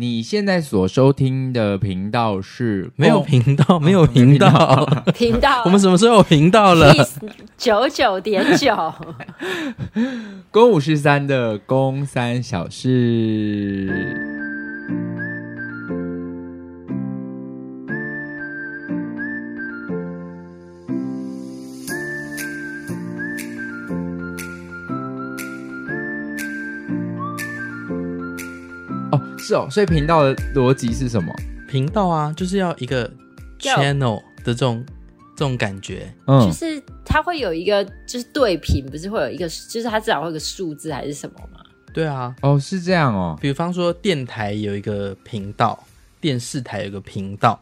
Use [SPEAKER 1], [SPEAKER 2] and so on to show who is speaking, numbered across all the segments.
[SPEAKER 1] 你现在所收听的频道是
[SPEAKER 2] 没有
[SPEAKER 1] 公
[SPEAKER 2] 频道，哦没有频道，
[SPEAKER 3] 频道，啊
[SPEAKER 2] 我们什么时候有频道 了？
[SPEAKER 3] 九九点 九，
[SPEAKER 1] 公五十三的公三小事。哦，是哦，所以频道的逻辑是什么？
[SPEAKER 2] 频道啊，就是要一个
[SPEAKER 3] 要
[SPEAKER 2] channel 的这种这种感觉。
[SPEAKER 1] 嗯
[SPEAKER 3] 就，是它会有一个就是对频，不是会有一个，就是它至少会有个数字还是什么吗？
[SPEAKER 2] 对啊，
[SPEAKER 1] 哦，是这样哦，
[SPEAKER 2] 比方说电台有一个频道，电视台有一个频道。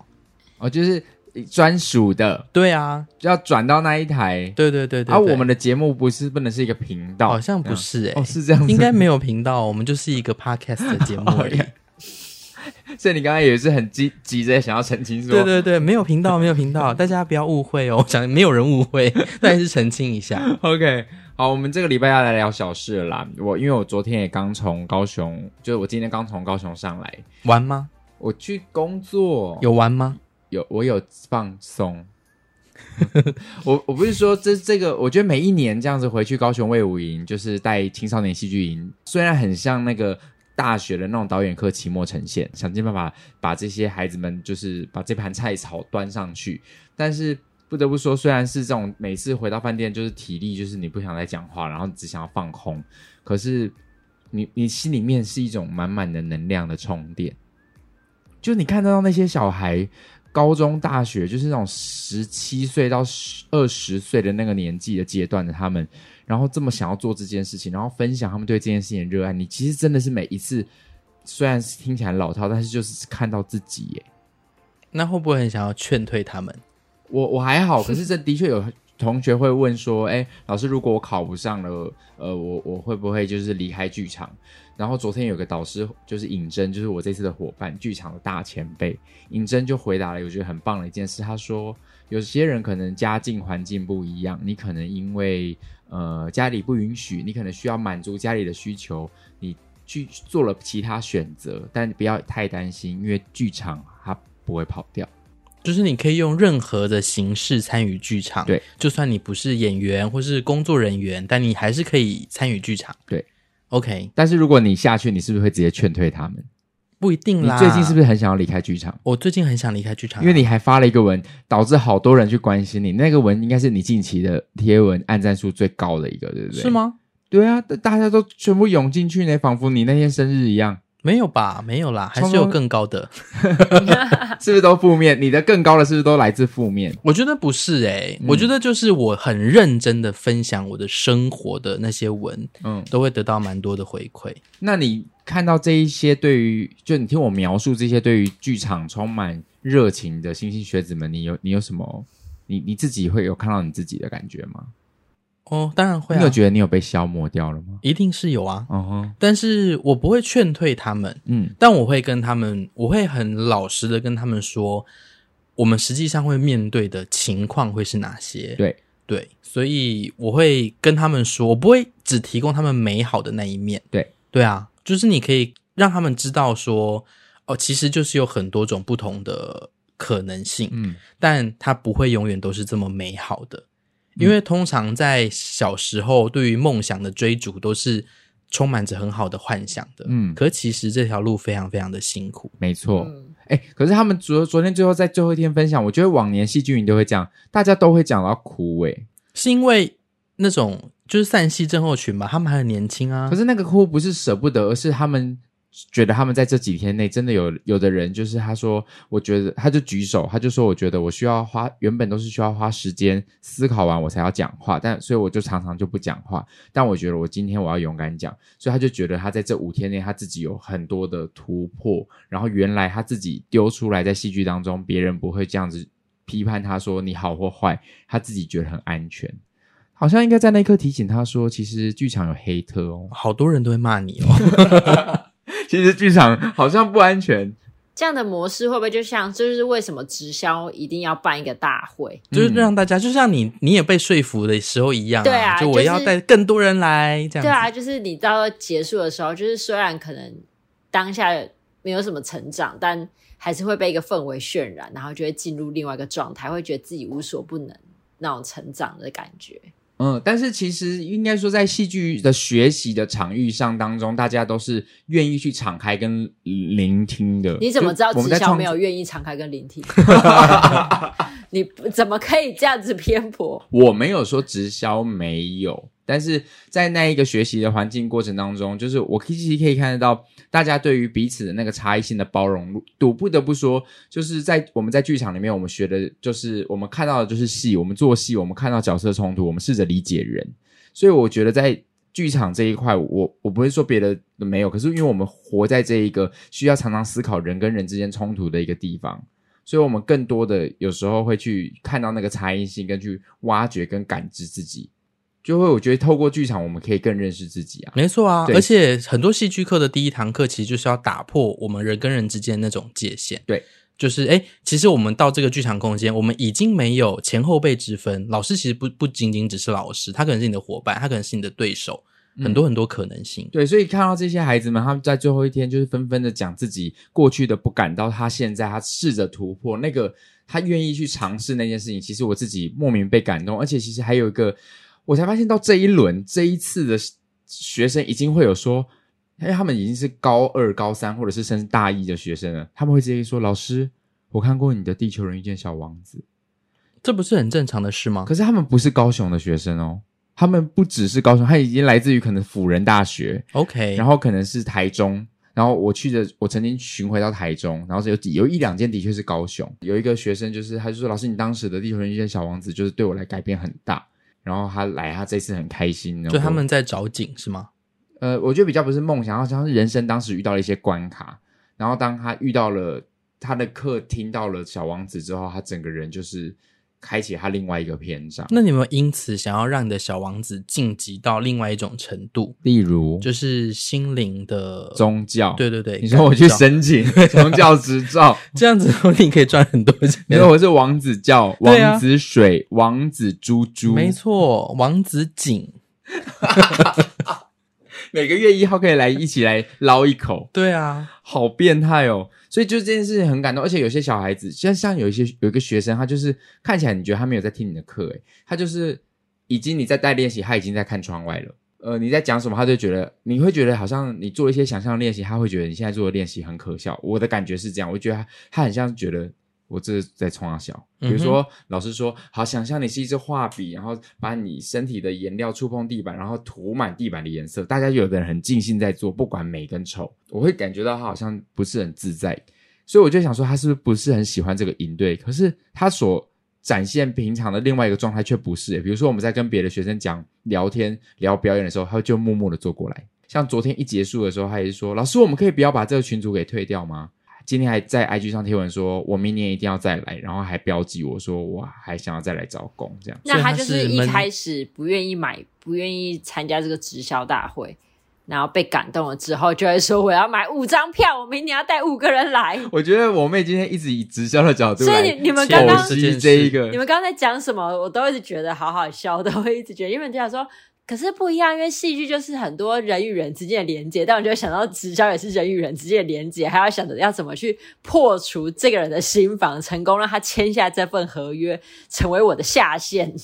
[SPEAKER 1] 哦，就是专属的，
[SPEAKER 2] 对啊，
[SPEAKER 1] 要转到那一台。
[SPEAKER 2] 对对对对
[SPEAKER 1] 而、
[SPEAKER 2] 对
[SPEAKER 1] 我们的节目不是不能是一个频道，
[SPEAKER 2] 好像不
[SPEAKER 1] 嗯
[SPEAKER 2] 是哎、
[SPEAKER 1] 哦，是这样子，
[SPEAKER 2] 应该没有频道，我们就是一个 podcast 的节目而已。
[SPEAKER 1] 所以你刚刚也是很急急着想要澄清说，
[SPEAKER 2] 对对对，没有频道，没有频 道，大家不要误会哦。我想没有人误 会，但还是澄清一下。
[SPEAKER 1] OK，好，我们这个礼拜要来聊小事了啦。我因为我昨天也刚从高雄，就是我今天刚从高雄上来，
[SPEAKER 2] 玩吗？
[SPEAKER 1] 我去工作，
[SPEAKER 2] 有玩吗？
[SPEAKER 1] 有我有放松。 我我不是说这这个，我觉得每一年这样子回去高雄卫武营，就是带青少年戏剧营，虽然很像那个大学的那种导演课期末呈现，想尽办法把这些孩子们就是把这盘菜炒端上去，但是不得不说，虽然是这种每次回到饭店就是体力就是你不想再讲话，然后只想要放空，可是你你心里面是一种满满的能量的充电，就你看得到那些小孩。高中、大学，就是那种十七岁到二十岁的那个年纪的阶段的他们，然后这么想要做这件事情，然后分享他们对这件事情的热爱。你其实真的是每一次，虽然是听起来老套，但是就是看到自己耶。
[SPEAKER 2] 那会不会很想要劝退他们？
[SPEAKER 1] 我我还好，可是这的确有同学会问说，哎、老师，如果我考不上了，呃，我我会不会就是离开剧场？然后昨天有个导师就是尹真，就是我这次的伙伴，剧场的大前辈，尹真就回答了我觉得很棒的一件事，他说，有些人可能家境环境不一样，你可能因为呃家里不允许，你可能需要满足家里的需求，你去做了其他选择，但不要太担心，因为剧场它不会跑掉。
[SPEAKER 2] 就是你可以用任何的形式参与剧场，
[SPEAKER 1] 对，
[SPEAKER 2] 就算你不是演员或是工作人员，但你还是可以参与剧场，
[SPEAKER 1] 对
[SPEAKER 2] ，OK，
[SPEAKER 1] 但是如果你下去，你是不是会直接劝退他们？
[SPEAKER 2] 不一定
[SPEAKER 1] 你
[SPEAKER 2] 啦。
[SPEAKER 1] 最近是不是很想要离开剧场？
[SPEAKER 2] 我最近很想离开剧场啊、
[SPEAKER 1] 因为你还发了一个文，导致好多人去关心你。那个文应该是你近期的贴文按赞数最高的一个，对不对？
[SPEAKER 2] 是？吗？
[SPEAKER 1] 对啊，大大家都全部涌进去呢，仿佛你那天生日一 样，
[SPEAKER 2] 没有吧？没有啦，还
[SPEAKER 1] 超
[SPEAKER 2] 是
[SPEAKER 1] 多
[SPEAKER 2] 有更高的。
[SPEAKER 1] 是不是都负面？你的更高的是不是都来自负面？
[SPEAKER 2] 我觉得不是诶、
[SPEAKER 1] 嗯
[SPEAKER 2] 我觉得就是我很认真的分享我的生活的那些文，
[SPEAKER 1] 嗯，
[SPEAKER 2] 都会得到蛮多的回馈。
[SPEAKER 1] 那你看到这一些对于，就你听我描述这些对于剧场充满热情的新兴学子们，你有你有什么？你你自己会有看到你自己的感觉吗？
[SPEAKER 2] 哦，当然会
[SPEAKER 1] 你有
[SPEAKER 2] 啊，
[SPEAKER 1] 觉得你有被消磨掉了吗？
[SPEAKER 2] 一定是有啊，
[SPEAKER 1] 嗯哼，
[SPEAKER 2] 但是我不会劝退他们。
[SPEAKER 1] 嗯，
[SPEAKER 2] 但我会跟他们，我会很老实的跟他们说，我们实际上会面对的情况会是哪些。
[SPEAKER 1] 对
[SPEAKER 2] 对，所以我会跟他们说，我不会只提供他们美好的那一面。
[SPEAKER 1] 对
[SPEAKER 2] 对啊，就是你可以让他们知道说，哦，其实就是有很多种不同的可能性。
[SPEAKER 1] 嗯，
[SPEAKER 2] 但它不会永远都是这么美好的，因为通常在小时候对于梦想的追逐都是充满着很好的幻想的，
[SPEAKER 1] 嗯
[SPEAKER 2] 可其实这条路非常非常的辛苦，
[SPEAKER 1] 没错。
[SPEAKER 3] 嗯，
[SPEAKER 1] 哎、可是他们昨昨天最后在最后一天分享，我觉得往年戏剧营都会这样，大家都会讲到哭哎、
[SPEAKER 2] 是因为那种就是散戏症候群吧，他们还很年轻啊
[SPEAKER 1] 可，是那个哭不是舍不得，而是他们觉得他们在这几天内真的有有的人，就是他说，我觉得他就举手，他就说，我觉得我需要花原本都是需要花时间思考完我才要讲话，但所以我就常常就不讲话。但我觉得我今天我要勇敢讲，所以他就觉得他在这五天内他自己有很多的突破，然后原来他自己丢出来在戏剧当中，别人不会这样子批判他说你好或坏，他自己觉得很安全。好像应该在那一刻提醒他说，其实剧场有黑特哦，
[SPEAKER 2] 好多人都会骂你哦。
[SPEAKER 1] 其实剧场好像不安全，
[SPEAKER 3] 这样的模式会不会就像，就是为什么直销一定要办一个大会？
[SPEAKER 2] 就是让大家，就像你你也被说服的时候一样、
[SPEAKER 3] 对啊
[SPEAKER 2] 就我
[SPEAKER 3] 就是
[SPEAKER 2] 要带更多人来这样子。
[SPEAKER 3] 对啊，就是你到结束的时候，就是虽然可能当下没有什么成长，但还是会被一个氛围渲染，然后就会进入另外一个状态，会觉得自己无所不能那种成长的感觉。
[SPEAKER 1] 嗯，但是其实应该说，在戏剧的学习的场域上当中，大家都是愿意去敞开跟聆听的。
[SPEAKER 3] 你怎么知道
[SPEAKER 1] 就我
[SPEAKER 3] 直
[SPEAKER 1] 们在
[SPEAKER 3] 销
[SPEAKER 1] 创
[SPEAKER 3] 没有？愿意敞开 跟聆听？你怎么可以这样子偏颇？
[SPEAKER 1] 我没有说直销没有，但是在那一个学习的环境过程当中，就是我其实可以看得到大家对于彼此的那个差异性的包容度。不得不说，就是在我们在剧场里面，我们学的就是我们看到的就是戏，我们做戏，我们看到角色冲突，我们试着理解人。所以我觉得在剧场这一块，我我不会说别的没有，可是因为我们活在这一个需要常常思考人跟人之间冲突的一个地方，所以我们更多的有时候会去看到那个差异性，跟去挖掘跟感知自己，就会我觉得透过剧场，我们可以更认识自己啊。
[SPEAKER 2] 没错啊，
[SPEAKER 1] 对
[SPEAKER 2] 而且很多戏剧课的第一堂课其实就是要打破我们人跟人之间那种界限。
[SPEAKER 1] 对，
[SPEAKER 2] 就是哎，其实我们到这个剧场空间，我们已经没有前后辈之分。老师其实不不仅仅只是老师，他可能是你的伙伴，他可能是你的对手，很多很多可能性。
[SPEAKER 1] 嗯对，所以看到这些孩子们，他们在最后一天就是纷纷的讲自己过去的不敢，到他现在他试着突破那个，他愿意去尝试那件事情。其实我自己莫名被感动，而且其实还有一个，我才发现到这一轮这一次的学生已经会有说，因为他们已经是高二、高三或者是甚至大一的学生了，他们会直接说：“老师，我看过你的《地球人遇见小王子》。”
[SPEAKER 2] 这不是很正常的事吗？
[SPEAKER 1] 可是他们不是高雄的学生哦，他们不只是高雄，他已经来自于可能辅仁大学。
[SPEAKER 2] OK，
[SPEAKER 1] 然
[SPEAKER 2] 后
[SPEAKER 1] 后可能是台中，然后我去的，我曾经巡回到台中，然后是有几有一两间的确是高雄，有一个学生就是他就说老师你当时的《地球人遇见小王子》就是对我来改变很大，然后他来他这次很开心，然后
[SPEAKER 2] 就他们在找景是吗？
[SPEAKER 1] 呃，我觉得比较不是梦想，好像是人生当时遇到了一些关卡，然后当他遇到了他的课听到了小王子之后，他整个人就是开启他另外一个篇章，
[SPEAKER 2] 那你有没有因此想要让你的小王子晋级到另外一种程度，
[SPEAKER 1] 例如
[SPEAKER 2] 就是心灵的
[SPEAKER 1] 宗教，
[SPEAKER 2] 对对对，
[SPEAKER 1] 你说我去申
[SPEAKER 2] 神
[SPEAKER 1] 请宗教执照。
[SPEAKER 2] 这样子，你可以赚很多钱。
[SPEAKER 1] 因为我是王子叫
[SPEAKER 2] 对啊
[SPEAKER 1] 王子水、王子猪猪，
[SPEAKER 2] 没，错，王子景，
[SPEAKER 1] 每个月一号可以来一起来捞一口，
[SPEAKER 2] 对啊，
[SPEAKER 1] 好变态哦！所以就这件事情很感动，而且有些小孩子，像像有一些有一个学生，他就是看起来你觉得他没有在听你的课，欸诶，他就是已经你在带练习，他已经在看窗外了。呃，你在讲什么，他就觉得你会觉得好像你做一些想象练习，他会觉得你现在做的练习很可笑。我的感觉是这样，我觉得他他很像觉得我这是在冲他笑。比如说，老师说好，想象你是一支画笔，然后把你身体的颜料触碰地板，然后涂满地板的颜色。大家有的人很尽兴在做，不管美跟丑，我会感觉到他好像不是很自在，所以我就想说他是不是不是很喜欢这个营队？可是他所展现平常的另外一个状态却不是、欸比如说我们在跟别的学生讲聊天、聊表演的时候，他就默默的坐过来。像昨天一结束的时候，他也是说：“老师，我们可以不要把这个群组给退掉吗？”今天还在 IG 上贴文说，我明年一定要再来，然后还标记我说我还想要再来招工，这样。
[SPEAKER 3] 那
[SPEAKER 2] 所以他
[SPEAKER 3] 他就是是一
[SPEAKER 2] 闷
[SPEAKER 3] 开始不愿意买，不愿意参加这个直销大会，然后被感动了之后，就会说我要买五张票，我明年要带五个人来。
[SPEAKER 1] 我觉得我妹今天一直以直销的角度
[SPEAKER 3] 所以
[SPEAKER 1] 来
[SPEAKER 3] 你你们
[SPEAKER 2] 切
[SPEAKER 3] 刚
[SPEAKER 2] 入
[SPEAKER 3] 刚
[SPEAKER 1] 剖
[SPEAKER 2] 这件
[SPEAKER 1] 析
[SPEAKER 2] 事
[SPEAKER 1] 这一个
[SPEAKER 3] 你，们刚才讲什么，我都一直觉得好好笑，都会一直觉得，因为你就想说，可是不一样，因为戏剧就是很多人与人之间的连接，但我就会想到直销也是人与人之间的连接，还要想着要怎么去破除这个人的心防，成功让他签下这份合约，成为我的下线。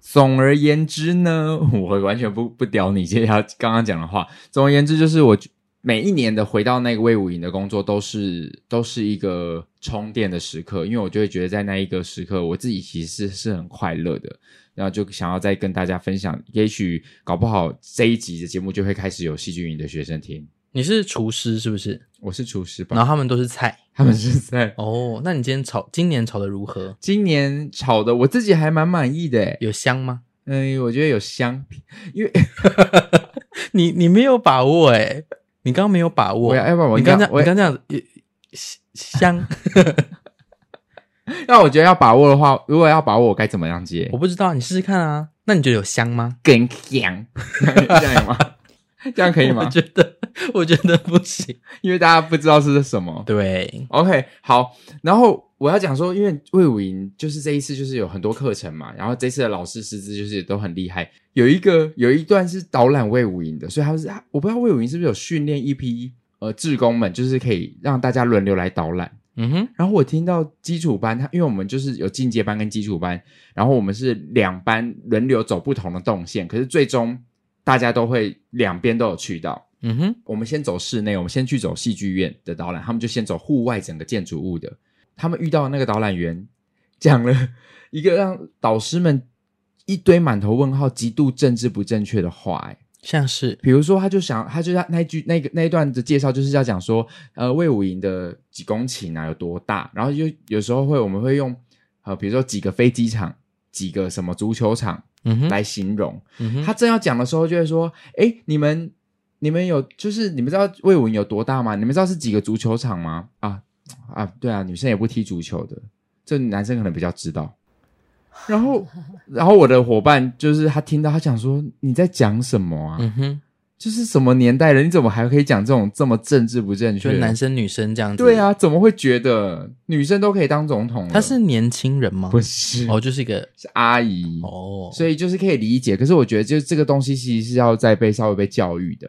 [SPEAKER 1] 总而言之呢， 我完全不不屌你接下来刚刚讲的话。总而言之，就是我每一年的回到那个魏武营的工作，都是都是一个充电的时刻，因为我就会觉得在那一个时刻，我自己其实是是很快乐的。然后就想要再跟大家分享，也许搞不好这一集的节目就会开始有戏剧营的学生听，
[SPEAKER 2] 你是厨师是不是？
[SPEAKER 1] 我是厨师吧？
[SPEAKER 2] 然后他们都是菜
[SPEAKER 1] 他们是在
[SPEAKER 2] 哦。那你今天炒今年炒的如何？
[SPEAKER 1] 今年炒的，我自己还蛮满意的。欸
[SPEAKER 2] 有香吗？
[SPEAKER 1] 嗯，我觉得有香，因为
[SPEAKER 2] 你你没有把握哎、你刚刚没有把握。
[SPEAKER 1] 我要要不然我
[SPEAKER 2] 你刚这
[SPEAKER 1] 要
[SPEAKER 2] 样，
[SPEAKER 1] 我
[SPEAKER 2] 你刚这样子也 香，
[SPEAKER 1] 那我觉得要把握的话，如果要把握，我该怎么样接
[SPEAKER 2] 我？不知道，你试试看啊。那你觉得有香吗？
[SPEAKER 1] 更香， 这样有吗？ 这样可以
[SPEAKER 2] 我
[SPEAKER 1] 吗？
[SPEAKER 2] 觉得 我觉得不行。
[SPEAKER 1] 因为大家不知道是什么。
[SPEAKER 2] 对，
[SPEAKER 1] OK，好，然后我要讲说，因为魏武营就是这一次就是有很多课程嘛，然后这次的老师师资就是也都很厉害，有一个有一段是导览魏武营的，所以他是我不知道魏武营是不是有训练一批呃志工们，就是可以让大家轮流来导览。
[SPEAKER 2] 嗯哼，
[SPEAKER 1] 然后我听到基础班，他因为我们就是有进阶班跟基础班，然后我们是两班轮流走不同的动线，可是最终大家都会两边都有去到。
[SPEAKER 2] 嗯哼，
[SPEAKER 1] 我们先走室内，我们先去走戏剧院的导览，他们就先走户外整个建筑物的。他们遇到那个导览员讲了一个让导师们一堆满头问号、极度政治不正确的话、哎
[SPEAKER 2] 像是
[SPEAKER 1] 比如说，他就想，他就要那一句那个那一段的介绍，就是要讲说，呃，魏武营的几公顷啊有多大，然后就有时候会我们会用，呃，比如说几个飞机场、几个什么足球场
[SPEAKER 2] 嗯哼，
[SPEAKER 1] 来形容。
[SPEAKER 2] 嗯哼，
[SPEAKER 1] 他正要讲的时候，就会说，哎，你们你们有就是你们知道魏武营有多大吗？你们知道是几个足球场吗？啊啊，对啊，女生也不踢足球的，这男生可能比较知道。然后，然后我的伙伴就是他听到他讲说你在讲什么啊？
[SPEAKER 2] 嗯哼，
[SPEAKER 1] 就是什么年代了，你怎么还可以讲这种这么政治不正
[SPEAKER 2] 就
[SPEAKER 1] 确？
[SPEAKER 2] 男生女生这样子。
[SPEAKER 1] 对，啊，怎么会觉得女生都可以当总统了？
[SPEAKER 2] 他是年轻人吗？
[SPEAKER 1] 不是
[SPEAKER 2] 哦，就是一个
[SPEAKER 1] 是阿姨，
[SPEAKER 2] 哦，
[SPEAKER 1] 所以就是可以理解。可是我觉得，就是这个东西其实是要再被稍微被教育的。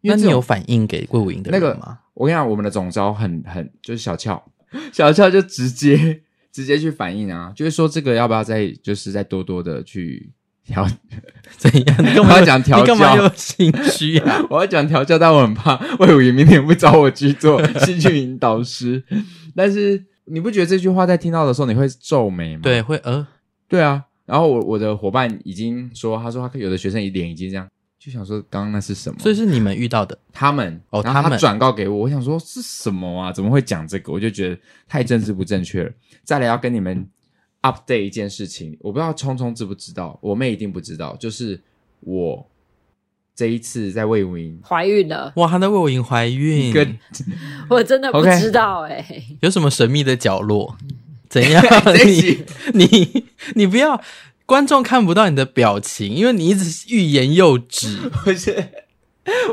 [SPEAKER 1] 因
[SPEAKER 2] 那
[SPEAKER 1] 为
[SPEAKER 2] 你
[SPEAKER 1] 这种
[SPEAKER 2] 有反映给魏武营的
[SPEAKER 1] 那个
[SPEAKER 2] 人吗？
[SPEAKER 1] 我跟你讲，我们的总招很很就是小俏， 小俏就直接直接去反映啊，就是说这个要不要再就是再多多的去调，
[SPEAKER 2] 怎样？ 你干
[SPEAKER 1] 我
[SPEAKER 2] 嘛
[SPEAKER 1] 要
[SPEAKER 2] 又
[SPEAKER 1] 讲调
[SPEAKER 2] 你干嘛
[SPEAKER 1] 教
[SPEAKER 2] 又心虚 啊？
[SPEAKER 1] 我要讲调教，但我很怕魏武营明天不找我去 做戏剧引导师。但是你不觉得这句话在听到的时候你会皱眉吗？
[SPEAKER 2] 对，会呃，
[SPEAKER 1] 对啊。然后我我的伙伴已经说，他说他有的学生脸已经这样，就想说刚刚那是什么？
[SPEAKER 2] 所以是你们遇到的。
[SPEAKER 1] 他们
[SPEAKER 2] 哦
[SPEAKER 1] 然后
[SPEAKER 2] 他
[SPEAKER 1] 他
[SPEAKER 2] 们
[SPEAKER 1] 转告给我，我想说是什么啊？怎么会讲这个？我就觉得太政治不正确了。再来要跟你们 update 一件事情，我不知道聪聪知不知道，我妹一定不知道，就是我这一次在魏武营。
[SPEAKER 3] 怀孕了，
[SPEAKER 2] 哇，她在为我营怀孕，
[SPEAKER 1] 跟
[SPEAKER 3] 我真的不
[SPEAKER 1] OK？
[SPEAKER 3] 知道哎、
[SPEAKER 2] 有什么神秘的角落？怎样
[SPEAKER 1] 这一集
[SPEAKER 2] 你你你不要，观众看不到你的表情，因为你一直欲言又止。
[SPEAKER 1] 我觉得，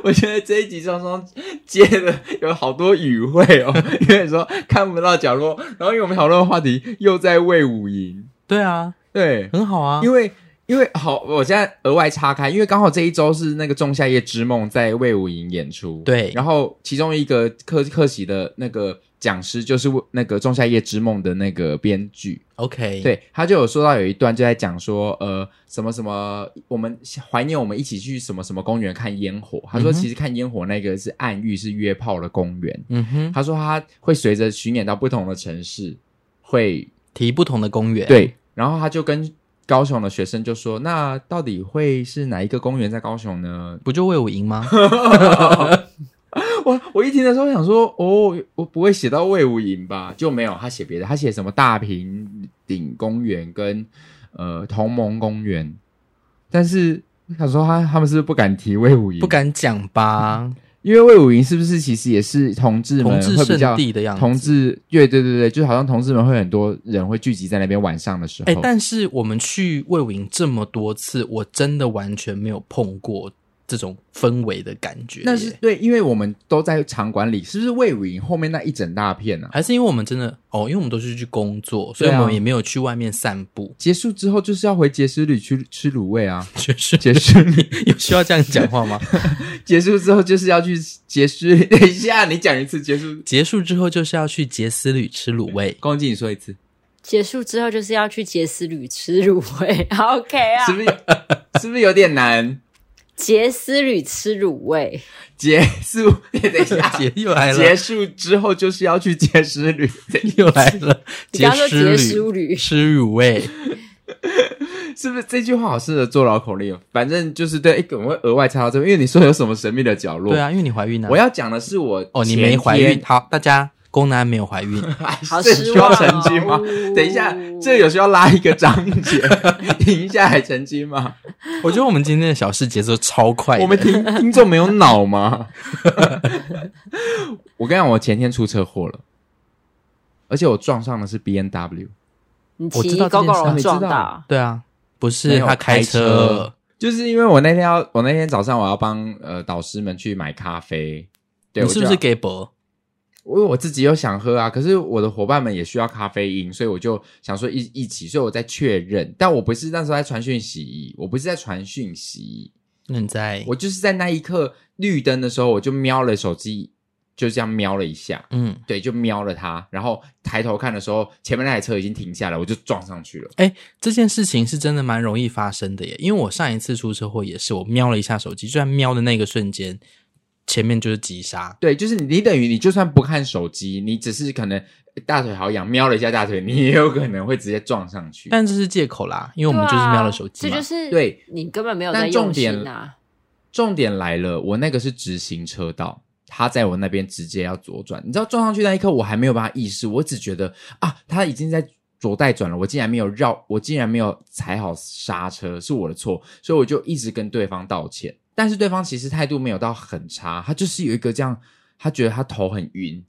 [SPEAKER 1] 我觉得这一集双双接的有好多语汇哦， 因为说看不到角落，然后因为我们讨论的话题又在魏武营，
[SPEAKER 2] 对啊，
[SPEAKER 1] 对，
[SPEAKER 2] 很好啊，
[SPEAKER 1] 因为因为好，我现在额外岔开，因为刚好这一周是那个《仲夏夜之梦》在魏武营演出，
[SPEAKER 2] 对
[SPEAKER 1] 然后其中一个客客席的那个讲师就是那个《仲夏夜之梦》的那个编剧，
[SPEAKER 2] OK，，
[SPEAKER 1] 对，他就有说到有一段就在讲说，呃，什么什么，我们怀念我们一起去什么什么公园看烟火。他说，
[SPEAKER 2] 嗯哼
[SPEAKER 1] 其实看烟火那个是暗喻是约炮的公园。
[SPEAKER 2] 嗯哼，
[SPEAKER 1] 他说他会随着巡演到不同的城市，会
[SPEAKER 2] 提不同的公园，，
[SPEAKER 1] 对，然后他就跟高雄的学生就说，那到底会是哪一个公园在高雄呢？
[SPEAKER 2] 不就为我 赢吗？
[SPEAKER 1] 我我一听的时候想说，哦，我不会写到魏无营吧？就没有他写别的，他写什么大平顶公园跟呃同盟公园，但是我想说他他们是不是不敢提魏无营？
[SPEAKER 2] 不，敢讲 吧？
[SPEAKER 1] 因为魏无营是不是其实也是同志们
[SPEAKER 2] 同志
[SPEAKER 1] 会比较
[SPEAKER 2] 圣地的样子
[SPEAKER 1] 同志对对对对，就好像同志们会很多人会聚集在那边晚上的时候，
[SPEAKER 2] 哎、但是我们去魏武营这么多次，我真的完全没有碰过这种氛围的感觉耶。
[SPEAKER 1] 那是对，因为我们都在场馆里，是不是魏无营后面那一整大片啊？
[SPEAKER 2] 还是因为我们真的哦，因为我们都是去工作，所以
[SPEAKER 1] 对啊
[SPEAKER 2] 我们也没有去外面散 步。
[SPEAKER 1] 结束之后就是要回杰斯旅去吃卤味啊！
[SPEAKER 2] 就是
[SPEAKER 1] 结束旅
[SPEAKER 2] 有需要这样讲话吗？
[SPEAKER 1] 结束之后就是要去结束。等一下，你讲一次结束。
[SPEAKER 2] 结束之后就是要去杰斯旅吃卤味，
[SPEAKER 1] 公鸡，你说一次，
[SPEAKER 3] 结束之后就是要去杰斯旅吃卤味 ，OK 啊
[SPEAKER 1] 是？不是有是不是有点难？
[SPEAKER 3] 杰斯旅吃卤味，
[SPEAKER 1] 结束，等一 下，
[SPEAKER 2] 杰又来
[SPEAKER 1] 啊结
[SPEAKER 2] 了，
[SPEAKER 1] 束之后就是要去结束旅。
[SPEAKER 2] 又来了，
[SPEAKER 3] 你刚刚说
[SPEAKER 2] 斯
[SPEAKER 3] 杰斯
[SPEAKER 2] 旅
[SPEAKER 3] 旅
[SPEAKER 2] 吃卤味，
[SPEAKER 1] 是不是这句话好适合做绕口令哦？反正就是对，诶我会额外插到这边，因为你说有什么神秘的角落。
[SPEAKER 2] 对，啊，因为你怀孕啊。
[SPEAKER 1] 我要讲的是我
[SPEAKER 2] 哦，你
[SPEAKER 1] 前
[SPEAKER 2] 没怀孕。
[SPEAKER 1] 天，
[SPEAKER 2] 好，大家宫男没有 怀孕，
[SPEAKER 3] 好
[SPEAKER 1] 这
[SPEAKER 3] 失
[SPEAKER 1] 需要
[SPEAKER 3] 望、
[SPEAKER 1] 澄
[SPEAKER 3] 哦。
[SPEAKER 1] 清吗？等一下，这有需要拉一个章节停下来澄清吗？
[SPEAKER 2] 我觉得我们今天的小事节奏超快的。
[SPEAKER 1] 我们听听众没有脑吗？我跟你讲，我前天出车祸了，而且我撞上的是 B N W，
[SPEAKER 3] 你
[SPEAKER 2] 我知
[SPEAKER 3] 骑
[SPEAKER 2] 道这
[SPEAKER 3] 狗
[SPEAKER 2] 件事
[SPEAKER 3] 狗
[SPEAKER 1] 你知
[SPEAKER 3] 撞
[SPEAKER 1] 道欸
[SPEAKER 3] 到，
[SPEAKER 2] 对啊，不
[SPEAKER 1] 没
[SPEAKER 2] 是
[SPEAKER 1] 有
[SPEAKER 2] 他
[SPEAKER 1] 开
[SPEAKER 2] 开
[SPEAKER 1] 车
[SPEAKER 2] 车，
[SPEAKER 1] 就是因为我那天要，我那天早上我要帮呃导师们去买咖啡，对，
[SPEAKER 2] 你
[SPEAKER 1] 我
[SPEAKER 2] 是不
[SPEAKER 1] 就要
[SPEAKER 2] 是给博？
[SPEAKER 1] 我我自己又想喝啊，可是我的伙伴们也需要咖啡因，所以我就想说一一起，所以我在确认，但我不是那时候在传讯息，我不是在传讯息，
[SPEAKER 2] 那你在
[SPEAKER 1] 我就是在那一刻绿灯的时候，我就瞄了手机，就这样瞄了一下，
[SPEAKER 2] 嗯，
[SPEAKER 1] 对，就瞄了他，然后抬头看的时候，前面那台车已经停下来，我就撞上去了。
[SPEAKER 2] 哎，这件事情是真的蛮容易发生的耶，因为我上一次出车祸也是，我瞄了一下手机，就在瞄的那个瞬间，前面就是急刹。
[SPEAKER 1] 对，就是你，你等于你就算不看手机，你只是可能大腿好痒，瞄了一下大腿，你也有可能会直接撞上去。
[SPEAKER 2] 但这是借口啦，因为我们就是瞄了手机
[SPEAKER 3] 这
[SPEAKER 2] 嘛。
[SPEAKER 3] 啊就是
[SPEAKER 1] 对
[SPEAKER 3] 你根本没有在
[SPEAKER 1] 但重
[SPEAKER 3] 用
[SPEAKER 1] 点
[SPEAKER 3] 心啊！
[SPEAKER 1] 重点来了，我那个是直行车道，他在我那边直接要左转。你知道撞上去那一刻，我还没有把它意识，我只觉得啊，他已经在左带转了，我竟然没有绕，我竟然没有踩好刹车，是我的错，所以我就一直跟对方道歉。但是对方其实态度没有到很差，他就是有一个这样，他觉得他头很晕。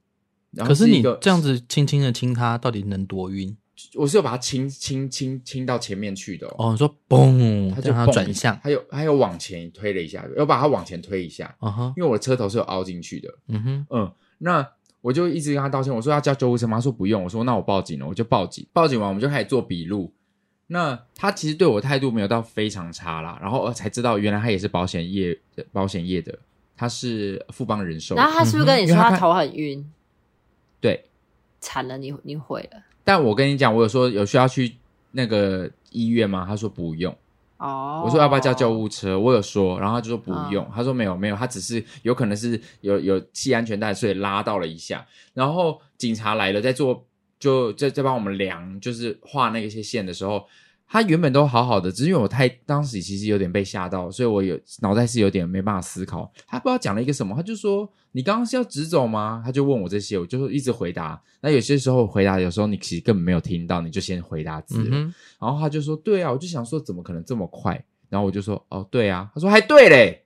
[SPEAKER 1] 然后
[SPEAKER 2] 可是
[SPEAKER 1] 一
[SPEAKER 2] 你
[SPEAKER 1] 个
[SPEAKER 2] 这样，子轻轻的亲他，到底能多晕？
[SPEAKER 1] 我是有把他亲亲亲亲到前面去的哦，
[SPEAKER 2] 哦，你说嘣，
[SPEAKER 1] 他就
[SPEAKER 2] 让他
[SPEAKER 1] 蹦
[SPEAKER 2] 转向，
[SPEAKER 1] 他有他有往前推了一下，又把他往前推一下，
[SPEAKER 2] 嗯哼，
[SPEAKER 1] 因为我的车头是有凹进去的。
[SPEAKER 2] 嗯哼，
[SPEAKER 1] 嗯，那我就一直跟他道歉，我说要叫救护车吗？他说不用，我说那我报警了，我就报警，报警完我们就开始做笔录。那他其实对我态度没有到非常差啦，然后呃才知道原来他也是保险业保险业的，他是富邦人寿的
[SPEAKER 3] 然，后他是不是跟你说
[SPEAKER 1] 嗯哼因为他
[SPEAKER 3] 他
[SPEAKER 1] 看
[SPEAKER 3] 头很晕？
[SPEAKER 1] 对。
[SPEAKER 3] 惨了，你你毁了
[SPEAKER 1] 但我跟你讲，我有说有需要去那个医院吗？他说不用。
[SPEAKER 3] 哦！
[SPEAKER 1] 我说要不要叫救？护车？我有说，然后他就说不用，他说没有没有，他只是有可能是有有系安全带，所以拉到了一下。然后警察来了，在做就在在帮我们量，就是画那些线的时候，他原本都好好的，只是因为我太当时其实有点被吓到，所以我有脑袋是有点没办法思考。他不知道讲了一个什么，他就说你刚刚是要直走吗？他就问我这些，我就一直回答。那有些时候回答，有时候你其实根本没有听到，你就先回答字了。
[SPEAKER 2] 嗯哼，
[SPEAKER 1] 然后他就说：“对啊。”我就想说，怎么可能这么快？然后我就说：“哦，对啊。”他说：“还对嘞，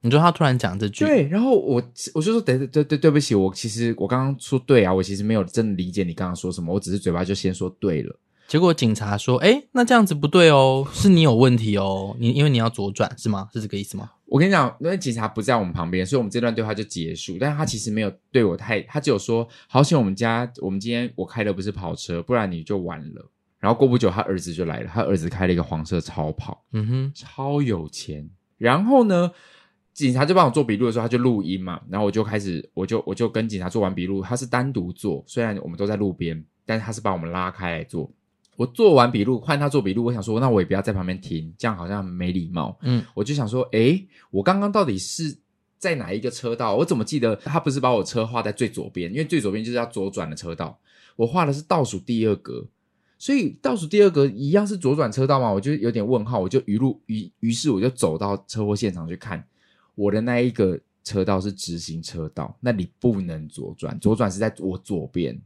[SPEAKER 2] 你说他突然讲这句，
[SPEAKER 1] 对。”然后我我就说：“对对对对，对不起，我其实我刚刚说对啊，我其实没有真的理解你刚刚说什么，我只是嘴巴就先说对了。
[SPEAKER 2] 结果警察说：“哎，那这样子不对哦，是你有问题哦，你因为你要左转是吗？是这个意思吗
[SPEAKER 1] 我跟你讲，因为警察不在我们旁边，所以我们这段对话就结束。但他其实没有对我太，他只有说：好险我们家我们今天我开的不是跑车，不然你就完了。然后过不久，他儿子就来了，他儿子开了一个黄色超跑。？”
[SPEAKER 2] 嗯哼，
[SPEAKER 1] 超有钱。然后呢，警察就帮我做笔录的时候，他就录音嘛，然后我就开始，我就我就跟警察做完笔录，他是单独做，虽然我们都在路边，但是他是把我们拉开来做。我做完笔录，换他做笔录，我想说，那我也不要在旁边听，这样好像很没礼貌。
[SPEAKER 2] 嗯，
[SPEAKER 1] 我就想说，诶，我刚刚到底是在哪一个车道？我怎么记得他不是把我车画在最左边？因为最左边就是要左转的车道，我画的是倒数第二格，所以倒数第二格一样是左转车道嘛？我就有点问号，我就一路于于是我就走到车祸现场去看，我的那一个车道是直行车道，那里不能左转，左转是在我左边，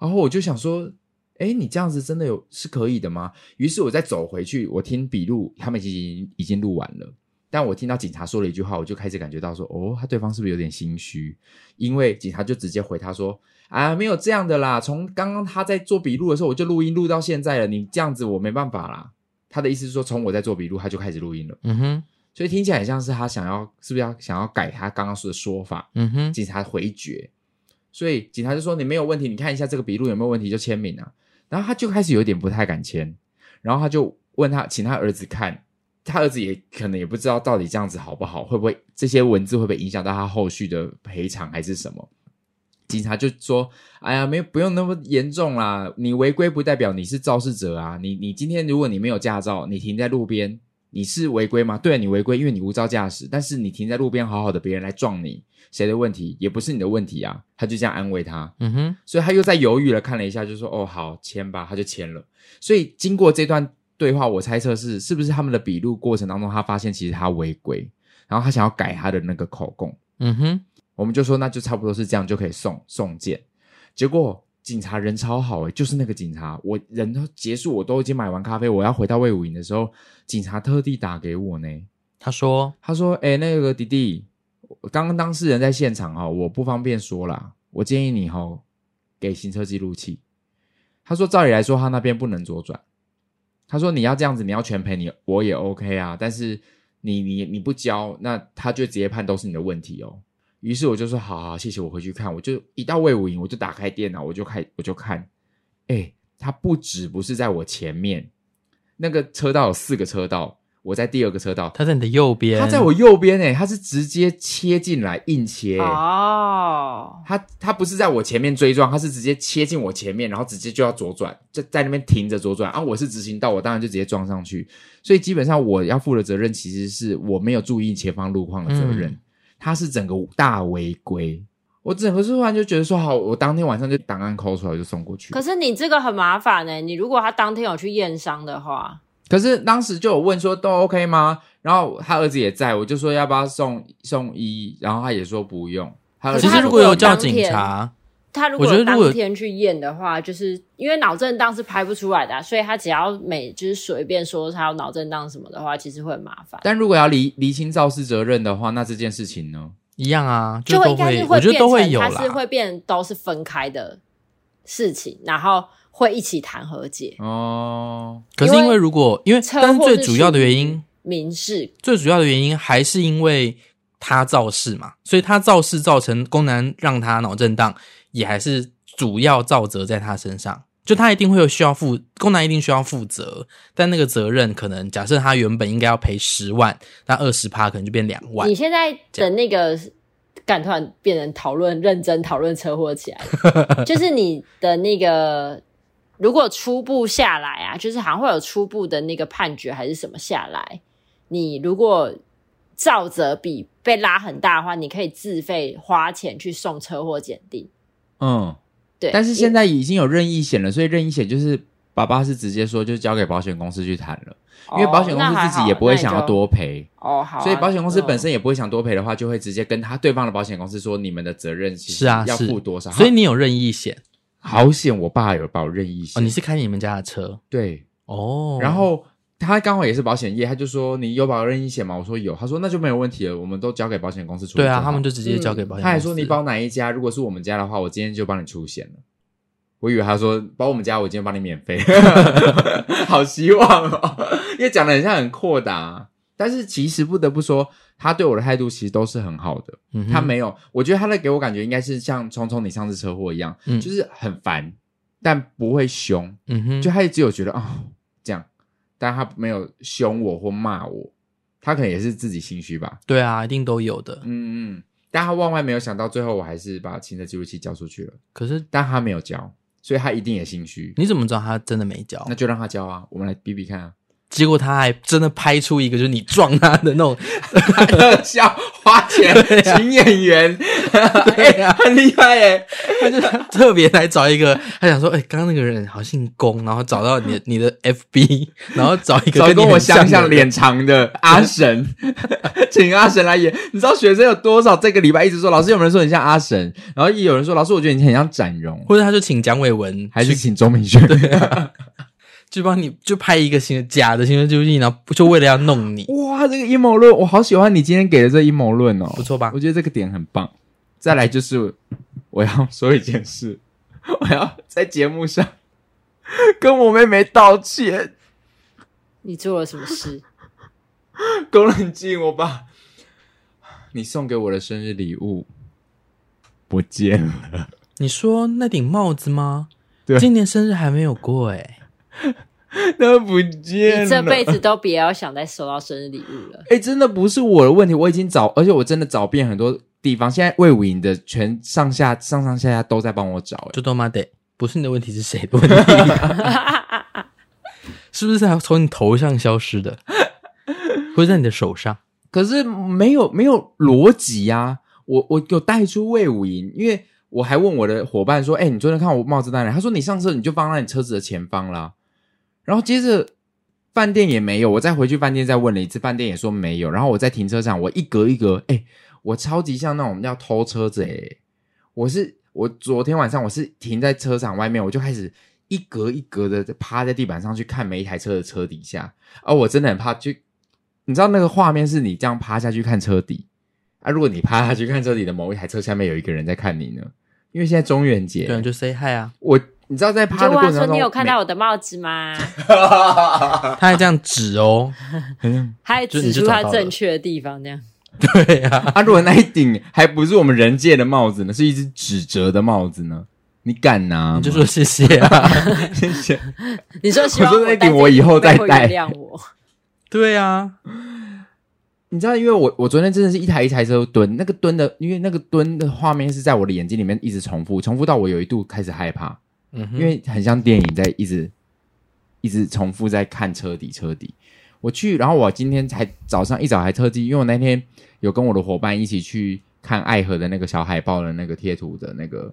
[SPEAKER 1] 然后我就想说。哎，你这样子真的有是可以的吗？于是我再走回去，我听笔录，他们已经已经录完了。但我听到警察说了一句话，我就开始感觉到说，哦，他对方是不是有点心虚？因为警察就直接回他说，啊，没有这样的啦，从刚刚他在做笔录的时候，我就录音录到现在了，你这样子我没办法啦。他的意思是说，从我在做笔录，他就开始录音了，
[SPEAKER 2] 嗯哼，
[SPEAKER 1] 所以听起来很像是他想要，是不是要想要改他刚刚说的说法？
[SPEAKER 2] 嗯哼，
[SPEAKER 1] 警察回绝，所以警察就说你没有问题，你看一下这个笔录有没有问题就签名啊。然后他就开始有点不太敢签，然后他就问他，请他儿子看，他儿子也可能也不知道到底这样子好不好，会不会这些文字会不会影响到他后续的赔偿还是什么？警察就说：“哎呀，没有不用那么严重啦，你违规不代表你是肇事者啊。你你今天如果你没有驾照，你停在路边，你是违规吗？对你违规，因为你无照驾驶，但是你停在路边好好的，别人来撞你，谁的问题？也不是你的问题啊。”他就这样安慰他。
[SPEAKER 2] 嗯哼，
[SPEAKER 1] 所以他又在犹豫了，看了一下，就说：“哦，好，签吧。”他就签了。所以经过这段对话，我猜测是是不是他们的笔录过程当中，他发现其实他违规，然后他想要改他的那个口供，
[SPEAKER 2] 嗯哼，
[SPEAKER 1] 我们就说那就差不多是这样就可以送送件。结果警察人超好诶、就是那个警察，我人都结束，我都已经买完咖啡，我要回到魏武营的时候，警察特地打给我呢。
[SPEAKER 2] 他说
[SPEAKER 1] 他说：“哎、那个弟弟，我刚刚当事人在现场哦，我不方便说啦。我建议你哦，给行车记录器。”他说：“照理来说，他那边不能左转。”他说：“你要这样子，你要全赔你，我也 OK 啊。但是你你你不交，那他就直接判都是你的问题哦。”于是我就说：“好好，谢谢，我回去看。”我就一到魏武营，我就打开电脑，我就开我就看，哎、他不止不是在我前面，那个车道有四个车道，我在第二个车道，
[SPEAKER 2] 他在你的右边，
[SPEAKER 1] 他在我右边诶、他是直接切进来硬切、
[SPEAKER 3] 哦，
[SPEAKER 1] 他他不是在我前面追撞，他是直接切进我前面，然后直接就要左转，在在那边停着左转啊！我是直行道，我当然就直接撞上去，所以基本上我要负的责任其实是我没有注意前方路况的责任，
[SPEAKER 2] 嗯
[SPEAKER 1] 他是整个大违规。我整个突然就觉得说好，我当天晚上就档案抠出来我就送过去。
[SPEAKER 3] 可是你这个很麻烦呢、你如果他当天有去验伤的话，
[SPEAKER 1] 可是当时就有问说都 OK 吗？然后他儿子也在，我就说要不要送送医，然后他也说不用。他儿
[SPEAKER 3] 可
[SPEAKER 1] 子
[SPEAKER 2] 其
[SPEAKER 3] 是
[SPEAKER 2] 实
[SPEAKER 3] 他
[SPEAKER 2] 如
[SPEAKER 3] 如
[SPEAKER 2] 果
[SPEAKER 3] 果
[SPEAKER 2] 有
[SPEAKER 3] 有
[SPEAKER 2] 叫
[SPEAKER 3] 当
[SPEAKER 2] 警
[SPEAKER 3] 天
[SPEAKER 2] 察，
[SPEAKER 3] 他如
[SPEAKER 2] 我
[SPEAKER 3] 果
[SPEAKER 2] 觉得
[SPEAKER 3] 有
[SPEAKER 2] 如果
[SPEAKER 3] 当天去验的话，就是因为脑震荡是拍不出来的啊、所以他只要每就是随便说他有脑震荡什么的话，其实会很麻烦。
[SPEAKER 1] 但如果要厘厘清肇事责任的话，那这件事情呢？
[SPEAKER 2] 一样啊，
[SPEAKER 3] 就
[SPEAKER 2] 都
[SPEAKER 3] 应该是
[SPEAKER 2] 我觉得
[SPEAKER 3] 变
[SPEAKER 2] 都会
[SPEAKER 3] 成
[SPEAKER 2] 有
[SPEAKER 3] 它是
[SPEAKER 2] 啦。
[SPEAKER 3] 会变都是分开的事情，然后会一起谈和解。
[SPEAKER 1] 哦，
[SPEAKER 2] 可是因
[SPEAKER 3] 因
[SPEAKER 2] 为
[SPEAKER 3] 为
[SPEAKER 2] 如果因为，
[SPEAKER 3] 车
[SPEAKER 2] 嗯但是
[SPEAKER 3] 祸
[SPEAKER 2] 最
[SPEAKER 3] 是
[SPEAKER 2] 主要的
[SPEAKER 3] 属于
[SPEAKER 2] 原因，
[SPEAKER 3] 民事
[SPEAKER 2] 最主要的原因还是因为他造势嘛，所以他造势造成宫南让他脑震荡，也还是主要造责在他身上。就他一定会有需要负，宫南一定需要负责，但那个责任可能假设他原本应该要赔十万，那二十趴可能就变两万
[SPEAKER 3] 你。现在的那个感突然变成讨论认真讨论车祸起来 了，就是你的那个如果初步下来啊，就是好像会有初步的那个判决还是什么下来，你如果照责比被拉很大的话，你可以自费花钱去送车祸检定。
[SPEAKER 1] 嗯，
[SPEAKER 3] 对，
[SPEAKER 1] 但是
[SPEAKER 3] 在。
[SPEAKER 1] 现在已经有任意险了，所以任意险就是爸爸是直接说就交给保险公司去谈了，因为保险公司自己也不会想要多赔，
[SPEAKER 3] 哦哦，那还好那你就哦好啊、
[SPEAKER 1] 所以保险公司
[SPEAKER 3] 嗯
[SPEAKER 1] 本身也不会想多赔的话，就会直接跟他对方的保险公司说你们的责任其实
[SPEAKER 2] 是啊，
[SPEAKER 1] 要
[SPEAKER 2] 是
[SPEAKER 1] 付多少。
[SPEAKER 2] 所以你有任意险
[SPEAKER 1] 好险，我爸有保任意
[SPEAKER 2] 哦，
[SPEAKER 1] 险，
[SPEAKER 2] 你是开你们家的车
[SPEAKER 1] 对。
[SPEAKER 2] 哦，
[SPEAKER 1] 然后他刚好也是保险业，他就说你有保任意险吗？我说有，他说那就没有问题了，我们都交给保险公司处理。
[SPEAKER 2] 对啊，他们。就直接交给保
[SPEAKER 1] 嗯
[SPEAKER 2] 险公司。
[SPEAKER 1] 他还说你保哪一家？如果是我们家的话，我今天就帮你出险了。我以为他说保我们家，我今天帮你免费， 好希望哦，因为讲的很像很阔达，但是其实不得不说，他对我的态度其实都是很好的。
[SPEAKER 2] 嗯哼
[SPEAKER 1] 他没有，我觉得他的给我感觉应该是像聪聪你上次车祸一样，
[SPEAKER 2] 嗯
[SPEAKER 1] 就是很烦，但不会凶，
[SPEAKER 2] 嗯哼，
[SPEAKER 1] 就他也只有觉得啊、哦、这样，但他没有凶我或骂我，他可能也是自己心虚吧。
[SPEAKER 2] 对啊，一定都有的。
[SPEAKER 1] 嗯嗯，但他万万没有想到，最后我还是把行车记录器交出去了，
[SPEAKER 2] 可是
[SPEAKER 1] 但他没有交，所以他一定也心虚。
[SPEAKER 2] 你怎么知道他真的没交
[SPEAKER 1] 那？就让他交啊，我们来比比看啊，
[SPEAKER 2] 结果他还真的拍出一个就是你撞他的 那种，
[SPEAKER 1] 笑花钱
[SPEAKER 2] 啊
[SPEAKER 1] 请演员，哎、很厉害哎、
[SPEAKER 2] 他就特别来找一个，他想说，哎、刚刚那个人好姓龚，然后找到你的你的 FB，然后找一个
[SPEAKER 1] 找
[SPEAKER 2] 跟
[SPEAKER 1] 跟
[SPEAKER 2] 你
[SPEAKER 1] 我
[SPEAKER 2] 很像
[SPEAKER 1] 相
[SPEAKER 2] 的
[SPEAKER 1] 像
[SPEAKER 2] 人
[SPEAKER 1] 脸长的阿神， 请阿神来演。你知道学生有多少这个礼拜一直说老师有没有人说你像阿神，然后也有人说老师我觉得你很像展荣，
[SPEAKER 2] 或者他就请蒋伟文
[SPEAKER 1] 还是
[SPEAKER 2] 去
[SPEAKER 1] 请钟明轩？
[SPEAKER 2] 就帮你就拍一个新的假的新闻记录器，然后就为了要弄你，
[SPEAKER 1] 哇，这个阴谋论，我好喜欢你今天给的这阴谋论哦，
[SPEAKER 2] 不错
[SPEAKER 3] 啊
[SPEAKER 2] 吧
[SPEAKER 1] 我？觉得这个点很棒。再来就是我要说一件事， 我要在节目上跟我妹妹道歉。
[SPEAKER 3] 嗯你做了什 么事？
[SPEAKER 1] 龚冷静，我把 你送给我的生日礼物不见了。
[SPEAKER 2] 你说那顶帽子吗？
[SPEAKER 1] 对
[SPEAKER 2] 今年生日还没有过哎、
[SPEAKER 1] 那不见了。
[SPEAKER 3] 你这辈子都别要想再收到生日礼物了。
[SPEAKER 1] 哎、真的不是我的问题，我已经找，而且我真的找遍很多地方。现在魏武营的全上下上上下下都在帮我找、诶
[SPEAKER 2] 就他妈的，不是你的问题是谁的问题？ 是不是还从你头上消失的，或者在你的手上？
[SPEAKER 1] 可是没有没有逻辑啊！我我有带出魏武营，因为我还问我的伙伴说：“哎、你昨天看我帽子在哪里？”他说：“你上车你就放在你车子的前方啦。”然后接着饭店也没有，我再回去饭店再问了一次，饭店也说没有。然后我在停车场，我一格一格，哎、我超级像那种要偷车子哎、我是我昨天晚上我是停在车场外面，我就开始一格一格的趴在地板上去看每一台车的车底下，而、我真的很怕就，你知道那个画面是你这样趴下去看车底啊，如果你趴下去看车底的某一台车下面有一个人在看你呢，因为现在中元节，
[SPEAKER 2] 对，就 say hi 啊，
[SPEAKER 1] 我你知道在
[SPEAKER 3] 你
[SPEAKER 1] 趴
[SPEAKER 3] 就
[SPEAKER 1] 的过
[SPEAKER 3] 问
[SPEAKER 1] 程
[SPEAKER 3] 他说
[SPEAKER 1] 中，
[SPEAKER 3] 你有看到我的帽子吗？
[SPEAKER 2] 他还这样指哦，
[SPEAKER 3] 还
[SPEAKER 2] 就
[SPEAKER 3] 指
[SPEAKER 2] 你就
[SPEAKER 3] 出
[SPEAKER 2] 找
[SPEAKER 3] 他
[SPEAKER 2] 到了
[SPEAKER 3] 正确的地方，这样。
[SPEAKER 2] 对啊，
[SPEAKER 1] 啊，如果那一顶还不是我们人界的帽子呢，是一只指折的帽子呢，你敢拿吗？
[SPEAKER 2] 你就 说谢谢啊，
[SPEAKER 1] 谢谢。
[SPEAKER 3] 你说希望
[SPEAKER 1] 我说那
[SPEAKER 3] 戴
[SPEAKER 1] 顶
[SPEAKER 3] 这
[SPEAKER 1] 我以
[SPEAKER 3] 个
[SPEAKER 1] 后
[SPEAKER 3] 妹
[SPEAKER 1] 再
[SPEAKER 3] 会
[SPEAKER 1] 戴
[SPEAKER 3] 原谅我。
[SPEAKER 2] 对啊，
[SPEAKER 1] 你知道，因为我我昨天真的是一台一台车蹲，那个蹲的，因为那个蹲的画面是在我的眼睛里面一直重复，重复到我有一度开始害怕，
[SPEAKER 2] 嗯
[SPEAKER 1] 因
[SPEAKER 2] 哼，
[SPEAKER 1] 为很像电影在一直一直重复在看车底车底。我去，然后我今天才早上一早还特地，因为我那天有跟我的伙伴一起去看爱河的那个小海报的那个贴图的那个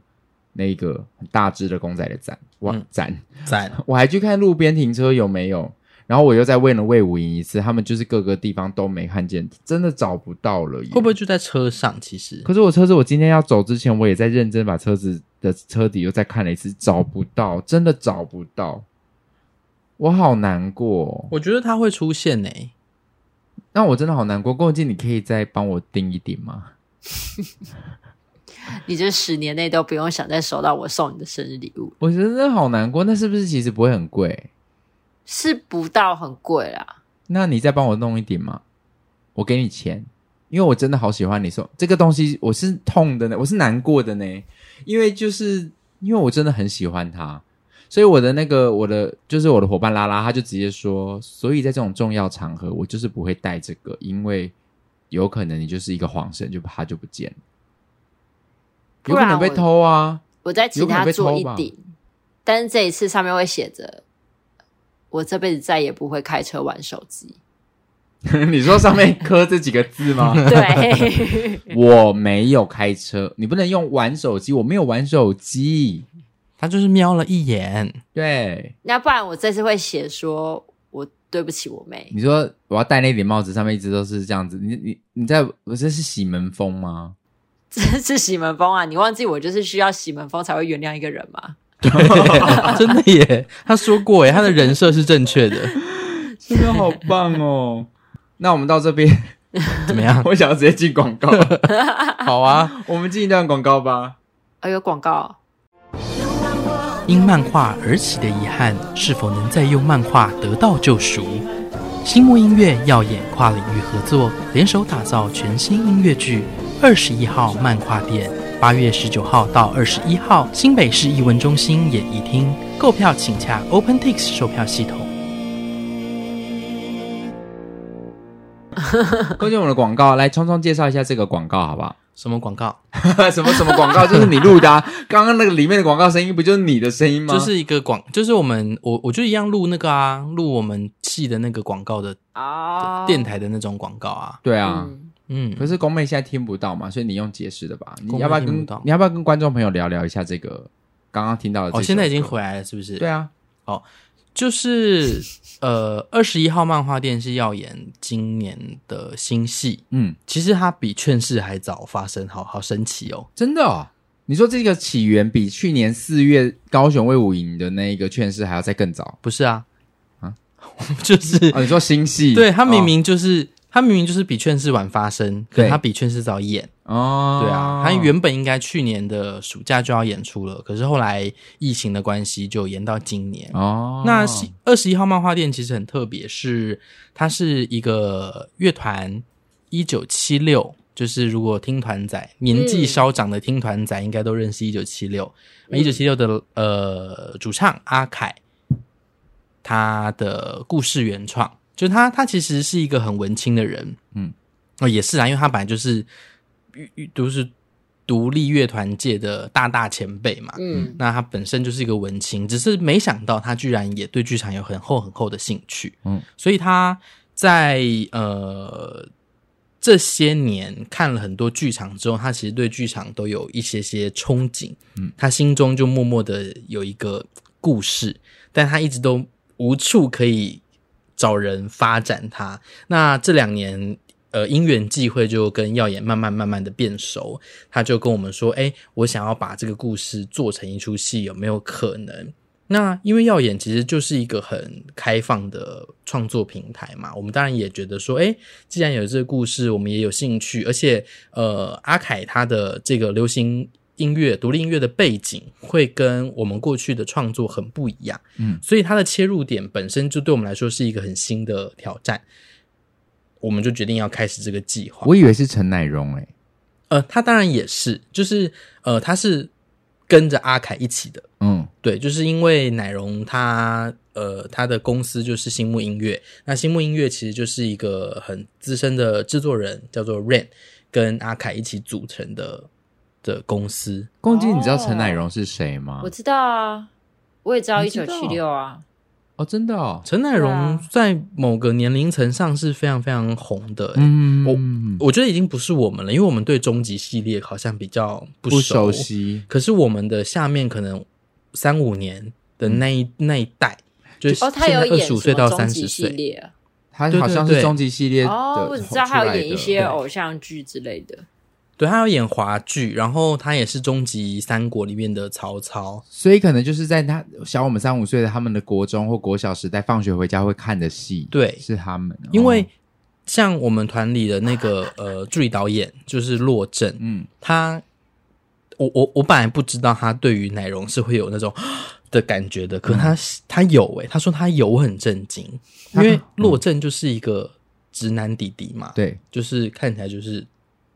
[SPEAKER 1] 那一个很大只的公仔的展，哇
[SPEAKER 2] 嗯
[SPEAKER 1] 展。
[SPEAKER 2] 赞，
[SPEAKER 1] 我还去看路边停车有没有，然后我又再问了魏武营一次，他们就是各个地方都没看见，真的找不到了耶。
[SPEAKER 2] 会不会就在车上？其实
[SPEAKER 1] 可是我车子，我今天要走之前，我也在认真把车子的车底又再看了一次，找不到，真的找不到，我好难过。哦
[SPEAKER 2] 我觉得他会出现呢、
[SPEAKER 1] 那我真的好难过。郭靖，你可以再帮我订一顶吗？
[SPEAKER 3] 你这十年内都不用想再收到我送你的生日礼物，
[SPEAKER 1] 我真的好难过。那是不是其实不会很贵？
[SPEAKER 3] 是不到很贵啦。
[SPEAKER 1] 那你再帮我弄一顶嘛，我给你钱，因为我真的好喜欢你送这个东西，我是痛的呢，我是难过的呢，因为就是因为我真的很喜欢他，所以我的那个我的就是我的伙伴拉拉，他就直接说，所以在这种重要场合，我就是不会带这个，因为有可能你就是一个晃神，就他就不见了，有
[SPEAKER 3] 不
[SPEAKER 1] 可
[SPEAKER 3] 然
[SPEAKER 1] 能被
[SPEAKER 3] 我
[SPEAKER 1] 偷啊，
[SPEAKER 3] 我在其
[SPEAKER 1] 有可能
[SPEAKER 3] 他
[SPEAKER 1] 被
[SPEAKER 3] 做
[SPEAKER 1] 偷
[SPEAKER 3] 一
[SPEAKER 1] 吧
[SPEAKER 3] 顶，但是这一次上面会写着“我这辈子再也不会开车玩手 机
[SPEAKER 1] 你说上面刻这几个字吗？”。
[SPEAKER 3] 对，
[SPEAKER 1] 我没有开车，你不能用玩手机，我没有玩手机。
[SPEAKER 2] 他就是瞄了一眼，
[SPEAKER 1] 对，
[SPEAKER 3] 那不然我这次会写说我对不起我妹，
[SPEAKER 1] 你说我要戴那顶帽子，上面一直都是这样子。你你你在我这是喜门风吗？
[SPEAKER 3] 这是喜门风啊！你忘记我就是需要喜门风才会原谅一个人吗？
[SPEAKER 2] 真的耶，他说过耶，他的人设是正确的，
[SPEAKER 1] 真的好棒哦！ 那我们到这边，
[SPEAKER 2] 怎么样？
[SPEAKER 1] 我想要直接进广 告，
[SPEAKER 2] 好啊，
[SPEAKER 1] 我们进一段广告吧。
[SPEAKER 3] 啊，有广告，
[SPEAKER 2] 因漫画而起的遗憾，是否能再用漫画得到救赎？新木音乐耀眼跨领域合作，联手打造全新音乐剧《二十一号漫画店》，八月十九号到二十一号，新北市艺文中心演艺厅，购票请洽 OpenTix 售票系统。
[SPEAKER 1] 关键我们的广告，来聪聪介绍一下这个广告好不好？
[SPEAKER 2] 什么广告？
[SPEAKER 1] 什么什么广告？就是你录 的、啊，刚刚那个里面的广告声音不就是你的声音吗？
[SPEAKER 2] 就是一个广，就是我们我我就一样录那个啊，录我们系的那个广告的
[SPEAKER 3] 哦，
[SPEAKER 2] 电台的那种广告啊。
[SPEAKER 1] 对啊。
[SPEAKER 3] 嗯
[SPEAKER 2] 嗯，
[SPEAKER 1] 可是宫妹现在听不到嘛，所以你用解释的吧？你
[SPEAKER 2] 宫妹
[SPEAKER 1] 要不要
[SPEAKER 2] 听
[SPEAKER 1] 跟
[SPEAKER 2] 不到
[SPEAKER 1] 你要不要跟观众朋友聊聊一下这个刚刚听到的这首歌？
[SPEAKER 2] 哦，现在已经回来了，是不是？
[SPEAKER 1] 对啊，
[SPEAKER 2] 就是呃，二十一号漫画店是耀眼今年的新戏，
[SPEAKER 1] 嗯，
[SPEAKER 2] 其实它比劝世还早发生，好好神奇哦。
[SPEAKER 1] 真的哦。你说这个起源比去年四月高雄魏武营的那一个劝世还要再更早
[SPEAKER 2] 不是啊，
[SPEAKER 1] 啊
[SPEAKER 2] 啊， 就是、
[SPEAKER 1] 哦？你说新戏？哦
[SPEAKER 2] 对它明明就是、它明明就是比劝世晚发生，可
[SPEAKER 1] 对
[SPEAKER 2] 是它比劝世早演。
[SPEAKER 1] 哦，
[SPEAKER 2] 对啊，它原本应该去年的暑假就要演出了，可是后来疫情的关系就延到今年。
[SPEAKER 1] 哦，
[SPEAKER 2] 那二十一号漫画店其实很特别，是它是一个乐团，一九七六，就是如果听团仔年纪稍长的听团仔应该都认识一九七六，一九七六的呃主唱阿凯，他的故事原创，就是他他其实是一个很文青的人，
[SPEAKER 1] 嗯
[SPEAKER 2] 嗯，哦也是啊，因为他本来就是都是独立乐团界的大大前辈嘛，
[SPEAKER 3] 嗯，
[SPEAKER 2] 那他本身就是一个文青，只是没想到他居然也对剧场有很厚很厚的兴趣。
[SPEAKER 1] 嗯
[SPEAKER 2] 嗯，所以他在呃这些年看了很多剧场之后，他其实对剧场都有一些些憧憬。
[SPEAKER 1] 嗯
[SPEAKER 2] 嗯，他心中就默默的有一个故事，但他一直都无处可以找人发展它。那这两年。呃，因缘际会就跟耀眼慢慢慢慢的变熟，他就跟我们说：“哎、我想要把这个故事做成一出戏，有没有可能？”那因为耀眼其实就是一个很开放的创作平台嘛，我们当然也觉得说，哎，既然有这个故事，我们也有兴趣，而且呃，阿凯他的这个流行音乐、独立音乐的背景会跟我们过去的创作很不一样，
[SPEAKER 1] 嗯
[SPEAKER 2] 所以他的切入点本身就对我们来说是一个很新的挑战，我们就决定要开始这个计划。
[SPEAKER 1] 我以为是陈乃荣哎，
[SPEAKER 2] 呃，他当然也是，就是呃，他是跟着阿凯一起的。
[SPEAKER 1] 嗯
[SPEAKER 2] 对，就是因为奶蓉他呃他的公司就是新木音乐，那新木音乐其实就是一个很资深的制作人，叫做 Rain，跟阿凯一起组成的的公司。
[SPEAKER 1] 公鸡，你知道陈乃荣是谁吗？
[SPEAKER 3] 我知道啊，我也知道
[SPEAKER 1] 你
[SPEAKER 3] 一
[SPEAKER 1] 知
[SPEAKER 3] 九
[SPEAKER 1] 道
[SPEAKER 3] 七六啊，
[SPEAKER 1] 哦，真的哦，
[SPEAKER 2] 陈乃
[SPEAKER 3] 对
[SPEAKER 2] 蓉
[SPEAKER 3] 啊
[SPEAKER 2] 在某个年龄层上是非常非常红的、欸
[SPEAKER 1] 嗯，
[SPEAKER 2] 我觉得已经不是我们了，因为我们对终极系列好像比较不
[SPEAKER 1] 不
[SPEAKER 2] 熟
[SPEAKER 1] 熟悉，
[SPEAKER 2] 可是我们的下面可能三五年的那一、那一代，就是
[SPEAKER 3] 哦，他有
[SPEAKER 2] 二
[SPEAKER 3] 演
[SPEAKER 2] 十五
[SPEAKER 3] 什
[SPEAKER 2] 岁
[SPEAKER 3] 么
[SPEAKER 2] 到
[SPEAKER 3] 终
[SPEAKER 2] 三
[SPEAKER 3] 极
[SPEAKER 2] 十
[SPEAKER 3] 系
[SPEAKER 2] 岁，
[SPEAKER 3] 列啊
[SPEAKER 1] 他
[SPEAKER 2] 对对
[SPEAKER 1] 好像
[SPEAKER 2] 对
[SPEAKER 1] 是终极系列的
[SPEAKER 3] 哦，我只知道
[SPEAKER 1] 出来
[SPEAKER 3] 他
[SPEAKER 1] 的
[SPEAKER 3] 有演一些哦
[SPEAKER 1] 对
[SPEAKER 3] 偶像剧之类的。
[SPEAKER 2] 对他有演华剧，然后他也是终极三国里面的曹操。
[SPEAKER 1] 所以可能就是在他小我们三五岁的他们的国中或国小时代，放学回家会看的戏，
[SPEAKER 2] 对
[SPEAKER 1] 是他们，哦
[SPEAKER 2] 因为像我们团里的那个呃助理导演就是洛正，
[SPEAKER 1] 嗯，
[SPEAKER 2] 他我我我本来不知道他对于奶蓉是会有那种的感觉的，可他、他有诶、他说他有，我很震惊，因为洛正就是一个直男弟弟嘛，，
[SPEAKER 1] 对，
[SPEAKER 2] 就是看起来就是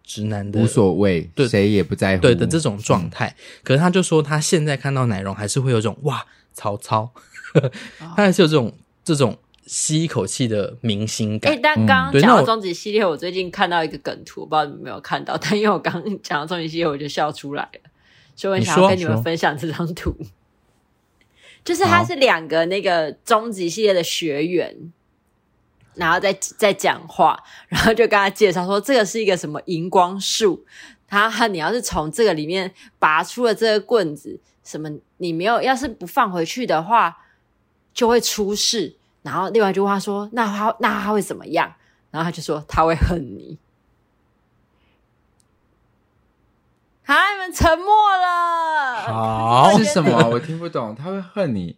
[SPEAKER 2] 直男的
[SPEAKER 1] 无所谓嗯
[SPEAKER 2] 对，
[SPEAKER 1] 谁也不在乎，
[SPEAKER 2] 对的这种状态。可是他就说，他现在看到奶蓉还是会有一种哇，曹操，
[SPEAKER 3] 哦
[SPEAKER 2] 他还是有这种这种吸一口气的明星感。
[SPEAKER 3] 哎、但
[SPEAKER 2] 嗯
[SPEAKER 3] 刚刚
[SPEAKER 2] 对
[SPEAKER 3] 讲
[SPEAKER 2] 那
[SPEAKER 3] 到
[SPEAKER 2] 我
[SPEAKER 3] 终极系列，我最近看到一个梗图，不知道你们有没有看到，但因为我刚刚讲到终极系列，我就笑出来了，所以我
[SPEAKER 2] 你
[SPEAKER 3] 想要
[SPEAKER 2] 说
[SPEAKER 3] 跟你们
[SPEAKER 1] 说
[SPEAKER 3] 分享这张图。就是他
[SPEAKER 1] 好
[SPEAKER 3] 是两个那个终极系列的学员，然后在在讲话，然后就跟他介绍说这个是一个什么荧光树，他他你要是从这个里面拔出了这个棍子，什么你没有要是不放回去的话，就会出事。然后另外一句话说，那他那他会怎么样？然后他就说他会恨你。好，你们沉默了。
[SPEAKER 2] 好
[SPEAKER 3] 我觉
[SPEAKER 1] 是
[SPEAKER 3] 得
[SPEAKER 1] 什么啊？我听不懂，他会恨你，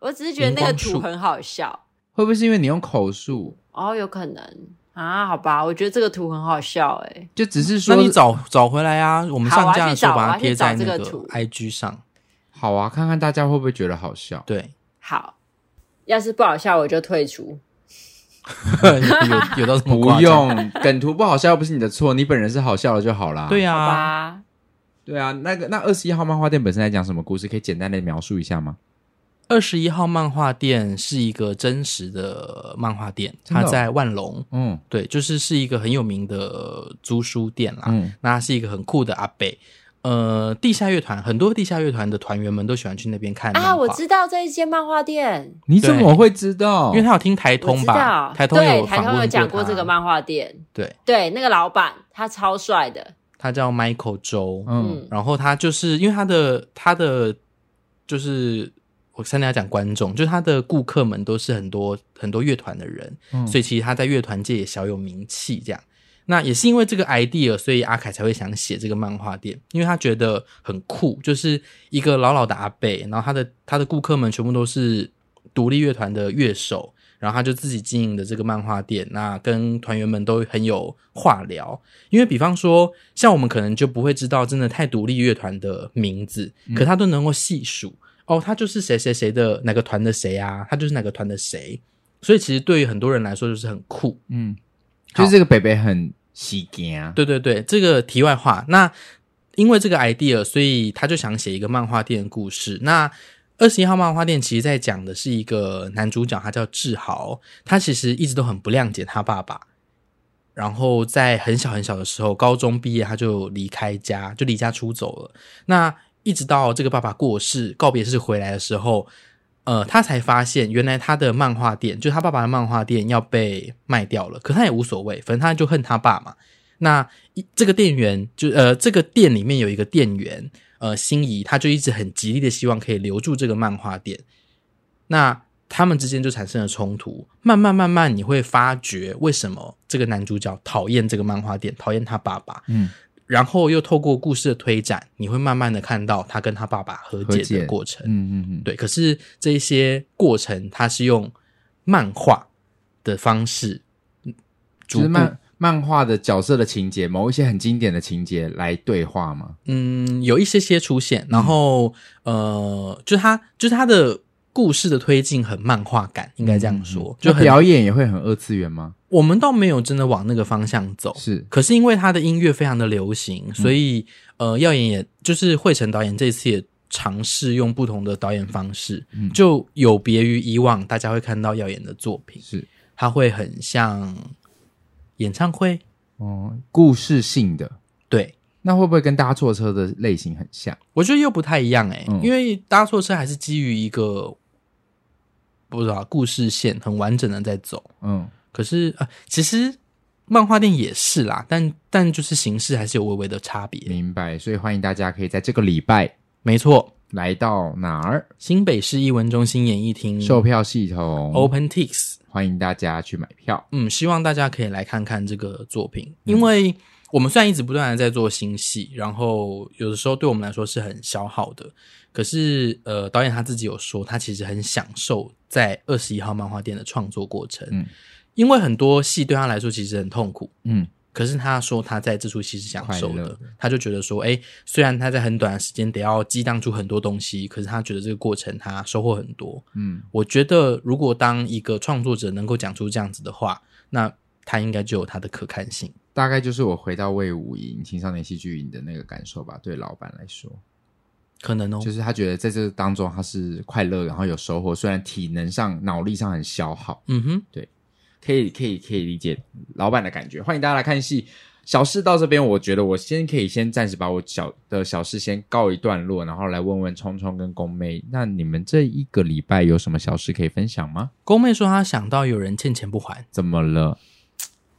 [SPEAKER 3] 我只是觉得那个
[SPEAKER 2] 荧
[SPEAKER 3] 图
[SPEAKER 2] 光树
[SPEAKER 3] 很好笑
[SPEAKER 1] 会不会是因为你用口述？
[SPEAKER 3] 哦，有可能啊，好吧，我觉得这个图很好笑哎、
[SPEAKER 1] 就只是
[SPEAKER 2] 那
[SPEAKER 1] 说
[SPEAKER 2] 你找找回来啊！我们
[SPEAKER 3] 好
[SPEAKER 2] 上
[SPEAKER 3] 我要
[SPEAKER 2] 架的
[SPEAKER 3] 去
[SPEAKER 2] 时候
[SPEAKER 3] 找
[SPEAKER 2] 把
[SPEAKER 3] 我
[SPEAKER 2] 它
[SPEAKER 3] 要去
[SPEAKER 2] 贴在
[SPEAKER 3] 找这
[SPEAKER 2] 那
[SPEAKER 3] 个
[SPEAKER 2] 个
[SPEAKER 3] 图
[SPEAKER 2] IG 上。
[SPEAKER 1] 好啊，看看大家会不会觉得好笑？
[SPEAKER 2] 对，
[SPEAKER 3] 好，要是不好笑我就退出。
[SPEAKER 2] 有有到这么
[SPEAKER 1] 不
[SPEAKER 2] 夸张？
[SPEAKER 1] 用，梗图不好笑又不是你的错，你本人是好笑了就好啦。
[SPEAKER 2] 对
[SPEAKER 3] 好
[SPEAKER 2] 啊，
[SPEAKER 3] 吧，
[SPEAKER 1] 对啊，那个那二十一号漫画店本身在讲什么故事？可以简单的描述一下吗？
[SPEAKER 2] 二十一号漫画店是一个真实的漫画店，
[SPEAKER 1] 真的
[SPEAKER 2] 它
[SPEAKER 1] 哦
[SPEAKER 2] 在万隆，
[SPEAKER 1] 嗯
[SPEAKER 2] 对，就是是一个很有名的租书店啦。
[SPEAKER 1] 嗯，
[SPEAKER 2] 那他是一个很酷的阿北。呃，地下乐团很多地下乐团的团员们都喜欢去那边看漫
[SPEAKER 3] 啊，
[SPEAKER 2] 画
[SPEAKER 3] 我知道这一间漫画店，
[SPEAKER 1] 你怎么会知道？
[SPEAKER 2] 因为他有听台
[SPEAKER 3] 我
[SPEAKER 2] 通
[SPEAKER 3] 知
[SPEAKER 2] 吧
[SPEAKER 3] 道，，
[SPEAKER 2] 台通
[SPEAKER 3] 对
[SPEAKER 2] 有
[SPEAKER 3] 台
[SPEAKER 2] 访
[SPEAKER 3] 通
[SPEAKER 2] 问
[SPEAKER 3] 有讲
[SPEAKER 2] 过
[SPEAKER 3] 过
[SPEAKER 2] 他
[SPEAKER 3] 这个？漫画店，
[SPEAKER 2] 对，
[SPEAKER 3] 对，那个老板他超帅的，
[SPEAKER 2] 他叫 Michael 周，
[SPEAKER 1] 嗯
[SPEAKER 3] 嗯，
[SPEAKER 2] 然后他就是因为他的他的就是我跟大家讲观众，就是他的顾客们都是很多很多乐团的人，
[SPEAKER 1] 嗯
[SPEAKER 2] 所以其实他在乐团界也小有名气。这样，那也是因为这个 idea，所以阿凯才会想写这个漫画店，因为他觉得很酷，就是一个老老的阿贝，然后他的他的顾客们全部都是独立乐团的乐手。然后他就自己经营的这个漫画店，那跟团员们都很有话聊，因为比方说，像我们可能就不会知道真的太独立乐团的名字，可他都能够细数哦，他就是谁谁谁的哪个团的谁啊，他就是哪个团的谁，所以其实对于很多人来说就是很酷。
[SPEAKER 1] 嗯，
[SPEAKER 2] 好
[SPEAKER 1] 就是这个北北很喜啊感，，
[SPEAKER 2] 对对对，这个题外话。那因为这个 idea，所以他就想写一个漫画店的故事。那二十一号漫画店其实在讲的是一个男主角，他叫志豪，他其实一直都很不谅解他爸爸。然后在很小很小的时候，高中毕业他就离开家，就离家出走了。那一直到这个爸爸过世、告别式回来的时候，呃，他才发现原来他的漫画店，就他爸爸的漫画店要被卖掉了。可他也无所谓，反正他就恨他爸嘛。那一这个店员就呃，这个店里面有一个店员，呃，心仪，他就一直很极力的希望可以留住这个漫画店。那他们之间就产生了冲突。慢慢慢慢，你会发觉为什么这个男主角讨厌这个漫画店，讨厌他爸爸。
[SPEAKER 1] 嗯，
[SPEAKER 2] 然后又透过故事的推展，你会慢慢的看到他跟他爸爸和
[SPEAKER 1] 和
[SPEAKER 2] 解
[SPEAKER 1] 解
[SPEAKER 2] 的过程。
[SPEAKER 1] 嗯嗯嗯，
[SPEAKER 2] 对，可是这一些过程，它是用漫画的方式，嗯
[SPEAKER 1] 就
[SPEAKER 2] 逐
[SPEAKER 1] 是
[SPEAKER 2] 步
[SPEAKER 1] 漫漫画的角色的情节，某一些很经典的情节来对话嘛。
[SPEAKER 2] 嗯，有一些些出现，
[SPEAKER 1] 嗯
[SPEAKER 2] 然后、呃，就是它就是它的故事的推进很漫画感，应该这
[SPEAKER 1] 嗯
[SPEAKER 2] 样说，就
[SPEAKER 1] 就
[SPEAKER 2] 很
[SPEAKER 1] 表演也会很二次元吗？
[SPEAKER 2] 我们倒没有真的往那个方向走，
[SPEAKER 1] 是嗯
[SPEAKER 2] 可是因为他的音乐非常的流行，所以、呃，耀眼也就是惠成导演这次也尝试用不同的导演方式，
[SPEAKER 1] 嗯
[SPEAKER 2] 就有别于以往大家会看到耀眼的作品，
[SPEAKER 1] 是
[SPEAKER 2] 它会很像演唱会，
[SPEAKER 1] 哦，故事性的，
[SPEAKER 2] 对
[SPEAKER 1] 那会不会跟搭错车的类型很像？
[SPEAKER 2] 我觉得又不太一样诶、
[SPEAKER 1] 嗯
[SPEAKER 2] 因为搭错车还是基于一个不知道故事线很完整的在走，
[SPEAKER 1] 嗯，
[SPEAKER 2] 可是啊、呃其实漫画店也是啦，但但就是形式还是有微微的差别，
[SPEAKER 1] 明白。所以欢迎大家可以在这个礼拜
[SPEAKER 2] 没错。
[SPEAKER 1] 来到哪儿
[SPEAKER 2] 新北市艺文中心演艺厅
[SPEAKER 1] 售票系统
[SPEAKER 2] OpenTix，
[SPEAKER 1] 欢迎大家去买票。
[SPEAKER 2] 嗯，希望大家可以来看看这个作品，
[SPEAKER 1] 嗯
[SPEAKER 2] 因为我们虽然一直不断的在做新戏，然后有的时候对我们来说是很消耗的，可是呃，导演他自己有说，他其实很享受在二十一号漫画店的创作过程，
[SPEAKER 1] 嗯
[SPEAKER 2] 因为很多戏对他来说其实很痛苦，
[SPEAKER 1] 嗯，
[SPEAKER 2] 可是他说他在这出戏是享受
[SPEAKER 1] 快乐
[SPEAKER 2] 的
[SPEAKER 1] 的，
[SPEAKER 2] 他就觉得说，哎、虽然他在很短的时间得要激荡出很多东西，可是他觉得这个过程他收获很多。
[SPEAKER 1] 嗯，
[SPEAKER 2] 我觉得如果当一个创作者能够讲出这样子的话，那他应该就有他的可看性。
[SPEAKER 1] 大概就是我回到魏武营青少年戏剧营的那个感受吧。对老板来说，
[SPEAKER 2] 可能哦，
[SPEAKER 1] 就是他觉得在这当中他是快乐，然后有收获，虽然体能上、脑力上很消耗，
[SPEAKER 2] 嗯哼，
[SPEAKER 1] 可以可以可以理解老板的感觉。欢迎大家来看戏。小事到这边，我觉得我先可以先暂时把我小的小事先告一段落，然后来问问聪聪跟宫妹，那你们这一个礼拜有什么小事可以分享吗？
[SPEAKER 2] 宫妹说她想到有人欠钱不还，
[SPEAKER 1] 怎么了？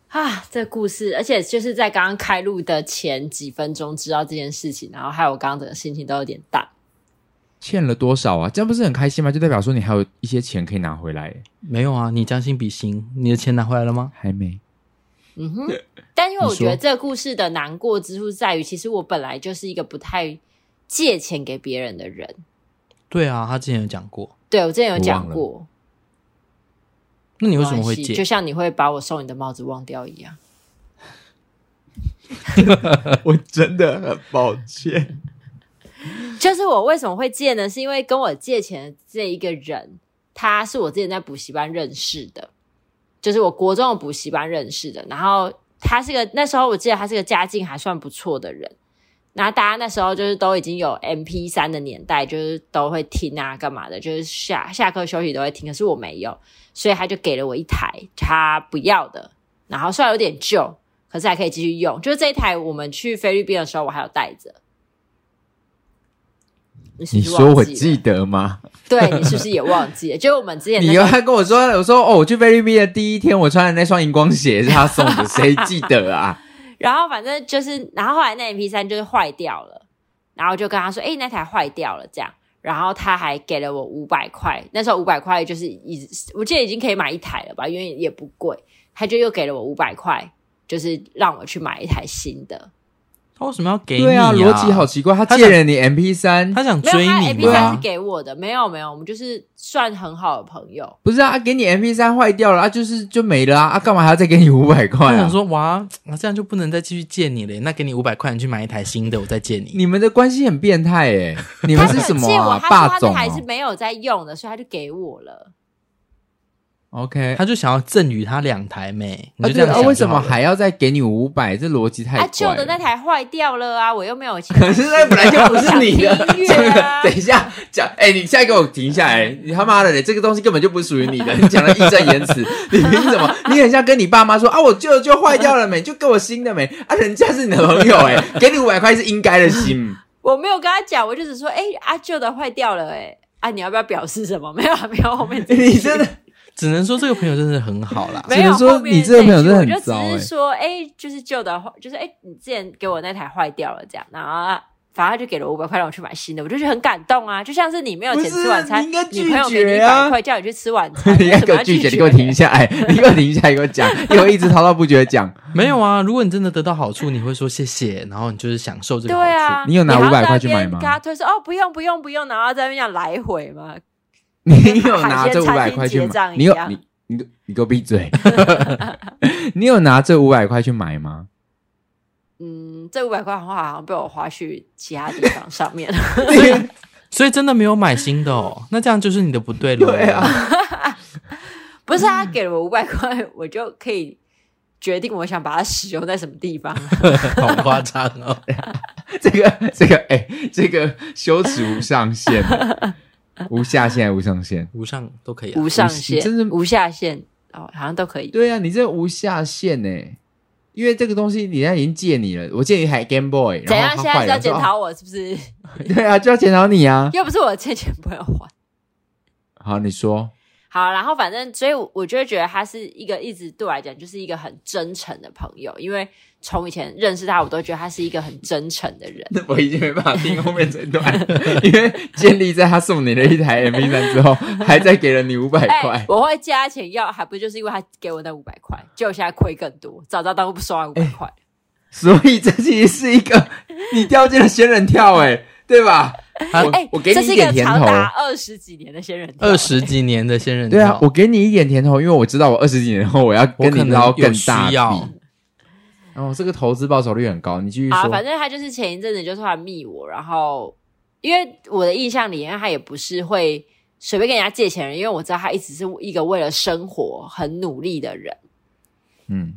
[SPEAKER 3] 啊，这故事，而且就是在刚刚开录的前几分钟知道这件事情，然后害我刚刚整个心情都有点淡。
[SPEAKER 1] 欠了多少啊？这样不是很开心吗？就代表说你还有一些钱可以拿回来耶，
[SPEAKER 2] 没有啊？你将心比心，你的钱拿回来了吗？
[SPEAKER 1] 还没。
[SPEAKER 3] 嗯哼，但因为我
[SPEAKER 1] 你说
[SPEAKER 3] 觉得这个故事的难过之处在于，其实我本来就是一个不太借钱给别人的人。
[SPEAKER 2] 对啊，她之前有讲过。
[SPEAKER 3] 对我之前有讲
[SPEAKER 1] 我忘了
[SPEAKER 3] 过，
[SPEAKER 2] 那你为什么
[SPEAKER 3] 没
[SPEAKER 2] 会
[SPEAKER 3] 关系就
[SPEAKER 2] 借？
[SPEAKER 3] 像你会把我送你的帽子忘掉一样。
[SPEAKER 1] 我真的很抱歉。
[SPEAKER 3] 就是我为什么会借呢？是因为跟我借钱的这一个人，他是我之前在补习班认识的，就是我国中的补习班认识的。然后他是个那时候我记得他是个家境还算不错的人。然后大家那时候就是都已经有 M P 三的年代，就是都会听啊，干嘛的，就是下下课休息都会听。可是我没有，所以他就给了我一台他不要的，然后虽然有点旧，可是还可以继续用。就是这一台我们去菲律宾的时候，我还有带着。你是
[SPEAKER 1] 你
[SPEAKER 3] 不是
[SPEAKER 1] 说我
[SPEAKER 3] 忘记
[SPEAKER 1] 记
[SPEAKER 3] 了？
[SPEAKER 1] 得 吗？
[SPEAKER 3] 对你是不是也忘记 了？就是我们之前那
[SPEAKER 1] 你
[SPEAKER 3] 时
[SPEAKER 1] 又
[SPEAKER 3] 候
[SPEAKER 1] 还跟我说，我说哦，我去菲律宾的第一天，我穿的那双荧光鞋是他送 的，谁记得啊？
[SPEAKER 3] 然后反正就是，然后后来那 MP 三就是坏掉了，然后就跟他说：“哎、那台坏掉了。”这样，然后他还给了我五百块，那时候五百块就是已，我记得已经可以买一台了吧，因为也不贵，他就又给了我五百块，就是让我去买一台新的。
[SPEAKER 2] 她为什么要给你、
[SPEAKER 1] 对啊，逻辑好奇怪，啊他借了你 MP 三，
[SPEAKER 2] 她想
[SPEAKER 3] 没有，啊
[SPEAKER 2] 追
[SPEAKER 3] 他
[SPEAKER 2] 你啊
[SPEAKER 3] MP
[SPEAKER 2] 吧
[SPEAKER 3] 三是给我的，没有没有，我们就是算很好的朋友。
[SPEAKER 1] 不是啊，给你 MP 三坏掉了啊，就是就没了啊，啊，干嘛还要再给你五百块
[SPEAKER 2] 我
[SPEAKER 1] 啊
[SPEAKER 2] 想？说，哇，那这样就不能再继续借你了。那给你五百块，你去买一台新的，我再借你。
[SPEAKER 1] 你们的关系很变态哎、你们
[SPEAKER 3] 他
[SPEAKER 1] 是
[SPEAKER 3] 没
[SPEAKER 1] 什么
[SPEAKER 3] 有借我，
[SPEAKER 1] 啊？
[SPEAKER 3] 他
[SPEAKER 1] 霸
[SPEAKER 3] 说他那
[SPEAKER 1] 总、
[SPEAKER 3] 台是
[SPEAKER 1] 哦、
[SPEAKER 3] 没有在用的，所以他就给我了。
[SPEAKER 1] ？OK，
[SPEAKER 2] 他就想要赠予他两台妹，你
[SPEAKER 1] 啊
[SPEAKER 2] 就
[SPEAKER 1] 对
[SPEAKER 2] 这样
[SPEAKER 1] 啊，
[SPEAKER 2] 想就好了、
[SPEAKER 1] 为什么还要再给你五百？这逻辑太
[SPEAKER 3] 啊，
[SPEAKER 1] 怪
[SPEAKER 3] 旧
[SPEAKER 1] 了。
[SPEAKER 3] 的那台坏掉了啊，我又没有钱买
[SPEAKER 1] 可
[SPEAKER 3] 新
[SPEAKER 1] 是
[SPEAKER 3] 的。
[SPEAKER 1] 那本来就不是你的。
[SPEAKER 3] 想听 音乐啊
[SPEAKER 1] 等一下讲，哎、你现在给我停下来！你他妈的嘞，这个东西根本就不属于你的，你讲的义正言辞， 你凭什么？你很像跟你爸妈说啊，我旧的就坏掉了没，就给我新的没啊，人家是你的朋友哎、给你五百块是应该的心。
[SPEAKER 3] 我没有跟他讲，我就只说，哎、啊，旧的坏掉了、哎，啊，你要不要表示什么？没有啊， 没有，后面这一句
[SPEAKER 1] 你真的
[SPEAKER 2] 只能说这个朋友真的很好啦。
[SPEAKER 3] 没有。
[SPEAKER 1] 只能说
[SPEAKER 3] 后面
[SPEAKER 1] 你这个朋友
[SPEAKER 3] 这一句
[SPEAKER 1] 真的很
[SPEAKER 3] 我就
[SPEAKER 1] 糟
[SPEAKER 3] 哎只是说，哎、就是旧的坏，就是哎、你之前给我那台坏掉了，这样，然后啊反正他就给了我五百块让我去买新的，我就觉得很感动啊，就像是你没有
[SPEAKER 1] 不
[SPEAKER 3] 钱吃
[SPEAKER 1] 是
[SPEAKER 3] 晚餐，
[SPEAKER 1] 你应该
[SPEAKER 3] 女朋友
[SPEAKER 1] 拒
[SPEAKER 3] 给你一
[SPEAKER 1] 绝啊
[SPEAKER 3] 百块叫你去吃晚 餐，
[SPEAKER 1] 你
[SPEAKER 3] 哎为
[SPEAKER 1] 要
[SPEAKER 3] 什
[SPEAKER 1] 给
[SPEAKER 3] 么
[SPEAKER 1] 我
[SPEAKER 3] 要
[SPEAKER 1] 拒绝，
[SPEAKER 3] 绝？
[SPEAKER 1] 你给我停下 来，你给我停下来，给我讲，给我一直滔滔不绝地讲。
[SPEAKER 2] 没有啊，如果你真的得到好处，你会说谢谢，然后你就是享受这个
[SPEAKER 3] 对
[SPEAKER 2] 好处。
[SPEAKER 3] 啊，
[SPEAKER 1] 你有拿
[SPEAKER 3] 还要
[SPEAKER 1] 500
[SPEAKER 3] 在
[SPEAKER 1] 块
[SPEAKER 3] 那
[SPEAKER 1] 去买
[SPEAKER 3] 边
[SPEAKER 1] 吗
[SPEAKER 3] 跟他推说哦，不用不用不用，然后在那边这样来回嘛。
[SPEAKER 1] 你有拿这五百块去
[SPEAKER 3] 跟海鲜餐厅结账
[SPEAKER 1] 买？
[SPEAKER 3] 一
[SPEAKER 1] 你有
[SPEAKER 3] 样
[SPEAKER 1] 你你给你给我闭嘴！ 你有拿这五百块去买吗？
[SPEAKER 3] 嗯，这五百块的话好像被我花去其他地方上面了。
[SPEAKER 2] 所以真的没有买新的哦，那这样就是你的不对了。
[SPEAKER 1] 对啊，
[SPEAKER 3] 不是啊
[SPEAKER 1] 嗯
[SPEAKER 3] 他给了我五百块，我就可以决定我想把它使用在什么地 方。
[SPEAKER 2] 好夸张哦。
[SPEAKER 1] 这个这个哎、这个羞耻无上限，啊 无下限还无上限。
[SPEAKER 2] 无上都可以啊
[SPEAKER 3] 无。上限，
[SPEAKER 1] 你真是
[SPEAKER 3] 无下限哦，好像都可以。
[SPEAKER 1] 对啊，你这无下限呢、因为这个东西人家已经借你了，我借你台 Game Boy，
[SPEAKER 3] 怎
[SPEAKER 1] 然
[SPEAKER 3] 样？
[SPEAKER 1] 后
[SPEAKER 3] 现
[SPEAKER 1] 它
[SPEAKER 3] 在
[SPEAKER 1] 坏
[SPEAKER 3] 是
[SPEAKER 1] 了，
[SPEAKER 3] 要检
[SPEAKER 1] 我说
[SPEAKER 3] 讨我是不是？
[SPEAKER 1] 哦 对啊，就要检讨你啊。
[SPEAKER 3] 又不是我欠钱不会还。
[SPEAKER 1] 好，你说，
[SPEAKER 3] 好，然后反正，所以我我就会觉得他是一个一直对我来讲就是一个很真诚的朋友，因为从以前认识他，我都觉得他是一个很真诚的人。
[SPEAKER 1] 我已经没办法听后面这段， 因为建立在他送你了一台 MP 三之后，还在给了你五百块。
[SPEAKER 3] 哎我会借他钱要，还不就是因为他给我那五百块，就现在亏更多，早知道当初不收他五百
[SPEAKER 1] 哎
[SPEAKER 3] 块。
[SPEAKER 1] 所以这其实是一个你掉进了仙人跳、欸，对吧？
[SPEAKER 2] 啊
[SPEAKER 1] 我
[SPEAKER 3] 哎、
[SPEAKER 1] 我给
[SPEAKER 3] 这
[SPEAKER 1] 你
[SPEAKER 3] 是
[SPEAKER 1] 一
[SPEAKER 3] 一个
[SPEAKER 1] 点甜
[SPEAKER 3] 长
[SPEAKER 1] 头。
[SPEAKER 3] 达二十几年的仙人跳，
[SPEAKER 2] 二十几年的仙人
[SPEAKER 1] 对啊
[SPEAKER 2] 跳，，
[SPEAKER 1] 我给你一点甜头，因为我知道我二十几年后我要
[SPEAKER 2] 我
[SPEAKER 1] 跟
[SPEAKER 2] 可
[SPEAKER 1] 你捞
[SPEAKER 2] 能有
[SPEAKER 1] 更
[SPEAKER 2] 需
[SPEAKER 1] 大笔。
[SPEAKER 2] 要。
[SPEAKER 1] 哦，这个投资报酬率很高，你继续
[SPEAKER 3] 啊，
[SPEAKER 1] 说。
[SPEAKER 3] 反正他就是前一阵子就突然密我，然后因为我的印象里，因为他也不是会随便跟人家借钱的人，因为我知道他一直是一个为了生活很努力的人，
[SPEAKER 1] 嗯，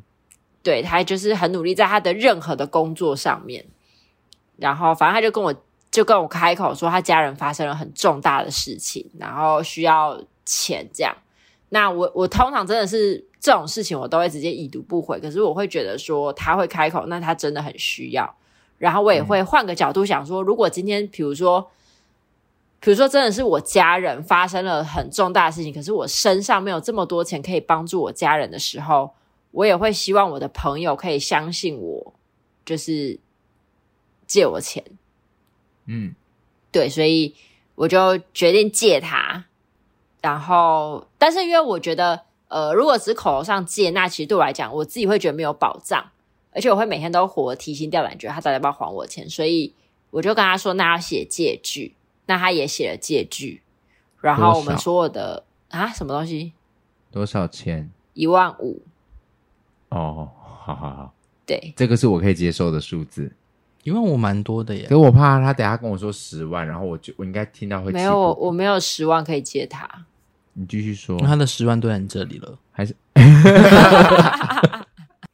[SPEAKER 3] 对他就是很努力在他的任何的工作上面。然后反正他就跟我就跟我开口说，他家人发生了很重大的事情，然后需要钱这样。那我我通常真的是这种事情，我都会直接已读不回。可是我会觉得说他会开口，那他真的很需要。然后我也会换个角度想说，如果今天比如说，比如说真的是我家人发生了很重大的事情，可是我身上没有这么多钱可以帮助我家人的时候，我也会希望我的朋友可以相信我，就是借我钱。
[SPEAKER 1] 嗯，
[SPEAKER 3] 对，所以我就决定借他。然后，但是因为我觉得，呃，如果只是口头上借，那其实对我来讲，我自己会觉得没有保障，而且我会每天都活提心吊胆，觉得他到底要不要还我钱。所以我就跟他说，那要写借据。那他也写了借据，然后我
[SPEAKER 1] 多
[SPEAKER 3] 们
[SPEAKER 1] 少
[SPEAKER 3] 所有的啊什么东西
[SPEAKER 1] 多少钱？
[SPEAKER 3] 一万五，
[SPEAKER 1] 哦，好好好，
[SPEAKER 3] 对，
[SPEAKER 1] 这个是我可以接受的数字。
[SPEAKER 2] 因为我蛮多的耶
[SPEAKER 1] 可，我怕他等下跟我说十万，然后我就我应该听到会
[SPEAKER 3] 没
[SPEAKER 1] 气
[SPEAKER 3] 有我
[SPEAKER 1] 不
[SPEAKER 3] 我没有十万可以借他。
[SPEAKER 1] 你继续说，
[SPEAKER 2] 他的十万都在你这里了。
[SPEAKER 1] 还是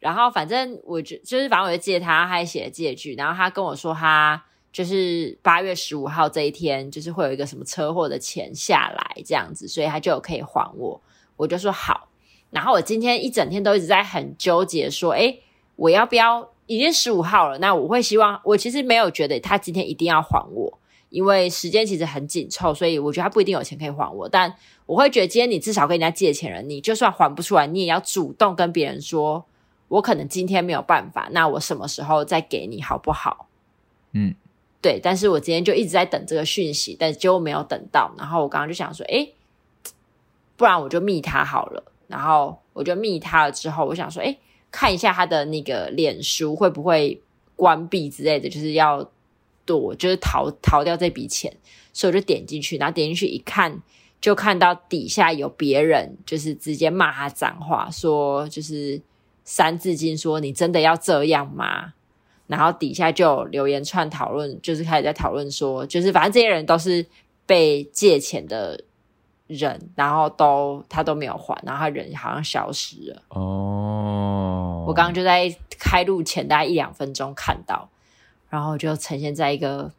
[SPEAKER 3] 然后反正我就就是反正我就借他，他还写了借据，然后他跟我说他就是八月十五号这一天，就是会有一个什么车祸的钱下来这样子，所以他就有可以还我，我就说好。然后我今天一整天都一直在很纠结，说，诶，我要不要？已经十五号了，那我会希望我其实没有觉得他今天一定要还我，因为时间其实很紧凑，所以我觉得他不一定有钱可以还我，但我会觉得今天你至少跟人家借钱了，你就算还不出来，你也要主动跟别人说，我可能今天没有办法，那我什么时候再给你好不好？
[SPEAKER 1] 嗯，
[SPEAKER 3] 对。但是我今天就一直在等这个讯息，但结果没有等到。然后我刚刚就想说，诶，不然我就密他好了。然后我就密他了之后，我想说，诶，看一下他的那个脸书会不会关闭之类的，就是要躲，就是逃逃掉这笔钱。所以我就点进去，然后点进去一看，就看到底下有别人就是直接骂他脏话，说就是《三字经》说你真的要这样吗？然后底下就有留言串讨论，就是开始在讨论说，就是反正这些人都是被借钱的人，然后都他都没有还，然后他人好像消失了。
[SPEAKER 1] 哦，
[SPEAKER 3] 我刚刚就在开录前大概一两分钟看到，然后就呈现在一个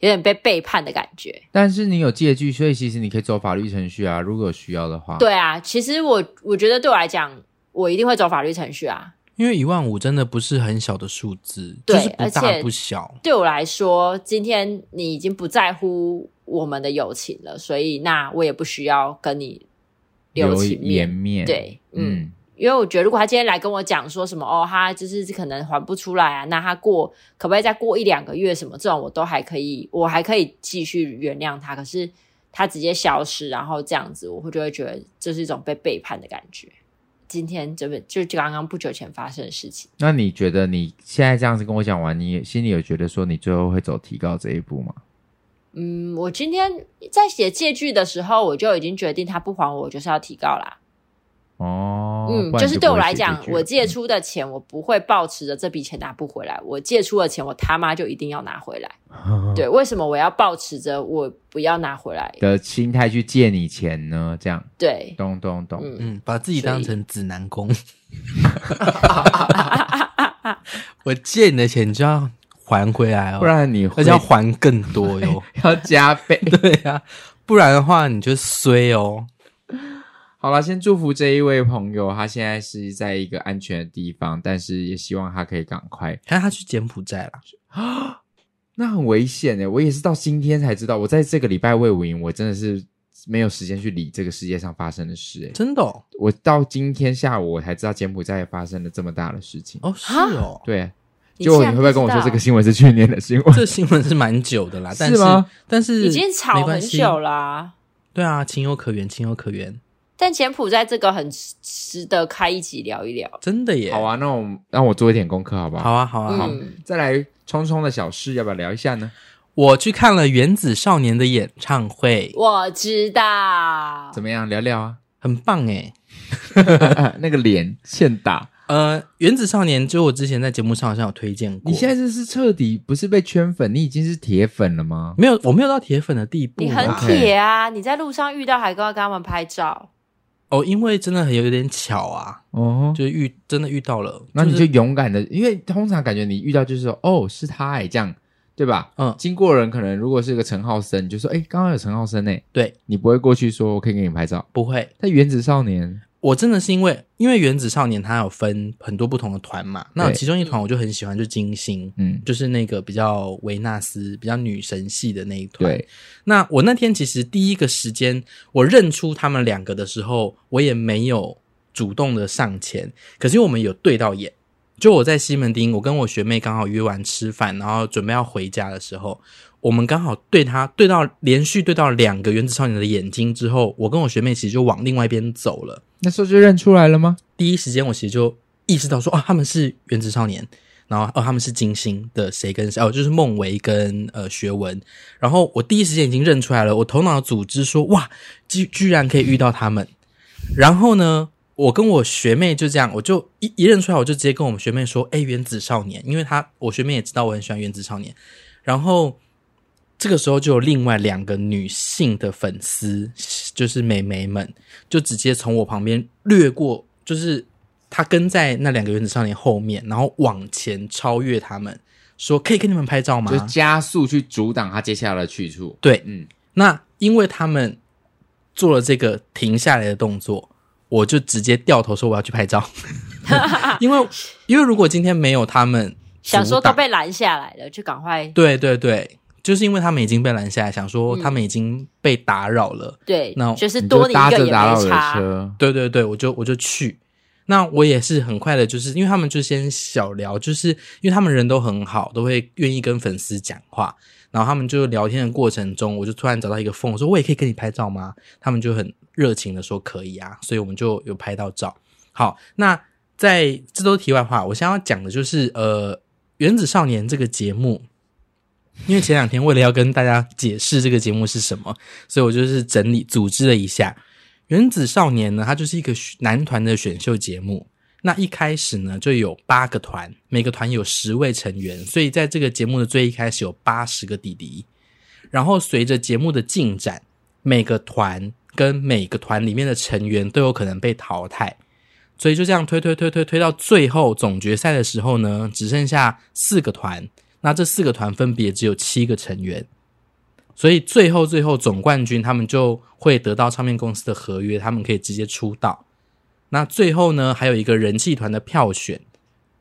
[SPEAKER 3] 有点被背叛的感觉。
[SPEAKER 1] 但是你有借据，所以其实你可以走法律程序啊，如果有需要的话。，
[SPEAKER 3] 对啊，其实我我觉得对我来讲，我一定会走法律程序啊。
[SPEAKER 2] 因为一万五真的不是很小的数字，
[SPEAKER 3] 对
[SPEAKER 2] 就是不
[SPEAKER 3] 而
[SPEAKER 2] 大
[SPEAKER 3] 且
[SPEAKER 2] 不小。
[SPEAKER 3] 对我来说，今天你已经不在乎我们的友情了，所以那我也不需要跟你留
[SPEAKER 1] 留
[SPEAKER 3] 情
[SPEAKER 1] 颜
[SPEAKER 3] 面。
[SPEAKER 1] 面。
[SPEAKER 3] 对，嗯，
[SPEAKER 1] 嗯，
[SPEAKER 3] 因因为我觉得如果他今天来跟我讲说什么哦，他就是可能还不出来啊，那他过可不可以再过一两个月什么这种，我都还可以，我还可以继续原谅他。可是他直接消失，然后这样子，我会就会觉得这是一种被背叛的感觉。今天这本就是刚刚不久前发生的事情。
[SPEAKER 1] 那你觉得你现在这样子跟我讲完，你心里有觉得说你最后会走提高这一步吗？
[SPEAKER 3] 嗯，我今天在写借据的时候，我就已经决定他不还我，我就是要提告啦。
[SPEAKER 1] 哦，
[SPEAKER 3] 嗯，
[SPEAKER 1] 不然
[SPEAKER 3] 就
[SPEAKER 1] 就是不
[SPEAKER 3] 对我
[SPEAKER 1] 会
[SPEAKER 3] 来
[SPEAKER 1] 写
[SPEAKER 3] 讲
[SPEAKER 1] 这，句
[SPEAKER 3] 我
[SPEAKER 1] 了嗯
[SPEAKER 3] 借出的钱，我不会抱持着这笔钱拿不回来。我借出的钱，我他妈就一定要 拿回来。对，为什么我要抱持着我不要拿回来？
[SPEAKER 1] 的心态去借你钱呢？这样，
[SPEAKER 3] 对，
[SPEAKER 1] 懂懂懂。
[SPEAKER 3] 嗯，
[SPEAKER 2] 嗯，把自己当成指 南宫。 我借你的钱就要还回来哦，
[SPEAKER 1] 不然你
[SPEAKER 2] 而
[SPEAKER 1] 会
[SPEAKER 2] 且要还更多哟。
[SPEAKER 1] 要加倍。
[SPEAKER 2] 对呀、不然的话你就衰哦。
[SPEAKER 1] 好了，先祝福这一位朋友，他现在是在一个安全的地方，但是也希望他可以赶快。
[SPEAKER 2] 看哎他去柬埔寨啦，
[SPEAKER 1] 那很危险欸诶，我也是到今天才知道，我在这个礼拜魏武营，我真的是没有时间去理这个世界上发生的事诶。
[SPEAKER 2] 真的哦，
[SPEAKER 1] 我到今天下午我才知道柬埔寨发生了这么大的事情。
[SPEAKER 3] 啊
[SPEAKER 2] 哦是哦，
[SPEAKER 1] 对，啊
[SPEAKER 3] 你
[SPEAKER 1] 就
[SPEAKER 3] 竟
[SPEAKER 1] 你
[SPEAKER 3] 然
[SPEAKER 1] 会不会跟我
[SPEAKER 3] 知
[SPEAKER 1] 说
[SPEAKER 3] 道
[SPEAKER 1] 这个新闻是去年的新闻？
[SPEAKER 2] 这新闻是蛮久的 啦，但
[SPEAKER 1] 是吗
[SPEAKER 2] 但是
[SPEAKER 3] 已经
[SPEAKER 2] 没
[SPEAKER 3] 吵
[SPEAKER 2] 关
[SPEAKER 3] 很
[SPEAKER 2] 系
[SPEAKER 3] 久啦、
[SPEAKER 2] 对啊，情有可原，情有可原，
[SPEAKER 3] 但柬埔寨这个很值值得开一集聊一聊。
[SPEAKER 2] 真的 耶。
[SPEAKER 1] 好，啊，那我们让我做一点功课好不好？
[SPEAKER 2] 好啊，好啊，好。
[SPEAKER 3] 嗯，
[SPEAKER 1] 再来冲冲的小事，要不要聊一下呢？
[SPEAKER 2] 我去看了原子少年的演唱会，
[SPEAKER 3] 我知道。
[SPEAKER 1] 怎么样，聊聊 啊？
[SPEAKER 2] 很棒哎。
[SPEAKER 1] 那个脸欠打，
[SPEAKER 2] 呃，原子少年就我之前在节目上好像有推荐过，
[SPEAKER 1] 你现在这是彻底不是被圈粉，你已经是铁粉了吗？
[SPEAKER 2] 没有，我没有到铁粉的地步
[SPEAKER 3] 你
[SPEAKER 2] 啦，
[SPEAKER 3] 很
[SPEAKER 1] OK
[SPEAKER 3] 铁啊！你在路上遇到还跟跟他们拍照，
[SPEAKER 2] 哦，因为真的很有点巧啊，
[SPEAKER 1] 哦，
[SPEAKER 2] 就遇真的遇到了，
[SPEAKER 1] 那你
[SPEAKER 2] 是
[SPEAKER 1] 就勇敢的，因为通常感觉你遇到就是说，哦，是他哎、这样对吧？
[SPEAKER 2] 嗯
[SPEAKER 1] 经过人可能如果是个陈浩森，你就说，哎、刚刚有陈浩森哎、
[SPEAKER 2] 对，
[SPEAKER 1] 你不会过去说我可以给你拍照。
[SPEAKER 2] 不会，
[SPEAKER 1] 但原子少年，
[SPEAKER 2] 我真的是因为因为原子少年他有分很多不同的团嘛，那
[SPEAKER 1] 对
[SPEAKER 2] 其中一团我就很喜欢，就金星，
[SPEAKER 1] 嗯，
[SPEAKER 2] 就是那个比较维纳斯、比较女神系的那一团。
[SPEAKER 1] 对，
[SPEAKER 2] 那我那天其实第一个时间我认出他们两个的时候，我也没有主动的上前，可是因为我们有对到眼。就我在西门町，我跟我学妹刚好约完吃饭，然后准备要回家的时候，我们刚好对他对到连续对到两个原子少年的眼睛之后，我跟我学妹其实就往另外一边走了。
[SPEAKER 1] 那时候就认出来了吗？
[SPEAKER 2] 第一时间我其实就意识到说，哦，他们是原子少年，然后哦，他们是金星的谁跟谁，哦，就是孟维跟呃学文。然后我第一时间已经认出来了，我头脑组织说，哇，居居然可以遇到他们。然后呢，我跟我学妹就这样，我就一一认出来，我就直接跟我们学妹说，哎，原子少年，因为她我学妹也知道我很喜欢原子少年。然后这个时候就有另外两个女性的粉丝，就是美眉们，就直接从我旁边掠过，就是她跟在那两个原子少年后面，然后往前超越他们，说可以跟你们拍照吗？
[SPEAKER 1] 就加速去阻挡他接下来的去处。
[SPEAKER 2] 对，
[SPEAKER 1] 嗯，
[SPEAKER 2] 那因为他们做了这个停下来的动作，我就直接掉头说我要去拍 照， 因为因为如果今天没有他们阻挡，
[SPEAKER 3] 想说都被拦下来了，就赶快
[SPEAKER 2] 对对对，就是因为他们已经被拦下来，想说
[SPEAKER 3] 嗯
[SPEAKER 2] 他们已经被打扰了，
[SPEAKER 3] 对
[SPEAKER 2] 那，
[SPEAKER 3] 就是
[SPEAKER 1] 你
[SPEAKER 3] 多
[SPEAKER 1] 就
[SPEAKER 3] 你
[SPEAKER 1] 搭
[SPEAKER 3] 一个
[SPEAKER 1] 着
[SPEAKER 3] 也
[SPEAKER 1] 打扰
[SPEAKER 3] 没
[SPEAKER 1] 的
[SPEAKER 3] 差。
[SPEAKER 1] 车，
[SPEAKER 2] 对对对，我就我就去。那我也是很快的，就是因为他们就先小聊，就是因为他们人都很好，都会愿意跟粉丝讲话。然后他们就聊天的过程中，我就突然找到一个缝，我说我也可以跟你拍照吗？他们就很热情的说可以啊，所以我们就有拍到照。好，那在这都是题外话，我想要讲的就是呃，《原子少年》这个节目，因为前两天为了要跟大家解释这个节目是什么，所以我就是整理组织了一下。原子少年呢，它就是一个选男团的选秀节目。那一开始呢，就有八个团，每个团有十位成员，所以在这个节目的最一开始有八十个弟弟。然后随着节目的进展，每个团跟每个团里面的成员都有可能被淘汰，所以就这样推推推推推到最后总决赛的时候呢，只剩下四个团。那这四个团分别只有七个成员，所以最后最后总冠军他们就会得到唱片公司的合约，他们可以直接出道。那最后呢，还有一个人气团的票选，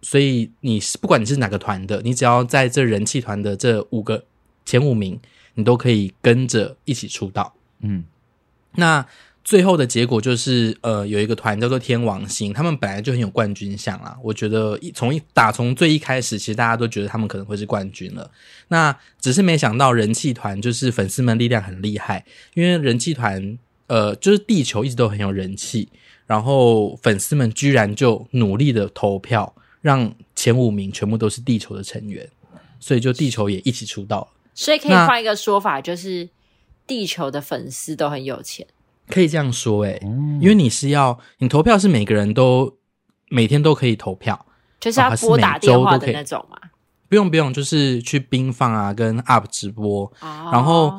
[SPEAKER 2] 所以你是不管你是哪个团的，你只要在这人气团的这五个前五名，你都可以跟着一起出道。
[SPEAKER 1] 嗯，
[SPEAKER 2] 那最后的结果就是，呃，有一个团叫做天王星，他们本来就很有冠军相啦。我觉得一从一打从最一开始，其实大家都觉得他们可能会是冠军了。那只是没想到人气团就是粉丝们力量很厉害，因为人气团呃就是地球一直都很有人气，然后粉丝们居然就努力的投票，让前五名全部都是地球的成员，所以就地球也一起出道了。
[SPEAKER 3] 所以可以
[SPEAKER 2] 那
[SPEAKER 3] 换一个说法，就是地球的粉丝都很有钱。
[SPEAKER 2] 可以这样说、欸，因为你是要你投票是每个人都每天都可以投票，
[SPEAKER 3] 就是要
[SPEAKER 2] 哦还是
[SPEAKER 3] 拨打
[SPEAKER 2] 每周
[SPEAKER 3] 电话
[SPEAKER 2] 都
[SPEAKER 3] 的
[SPEAKER 2] 可以
[SPEAKER 3] 那种嘛。
[SPEAKER 2] 不用不用，就是去冰放啊跟 UP 直播，
[SPEAKER 3] 哦
[SPEAKER 2] 然后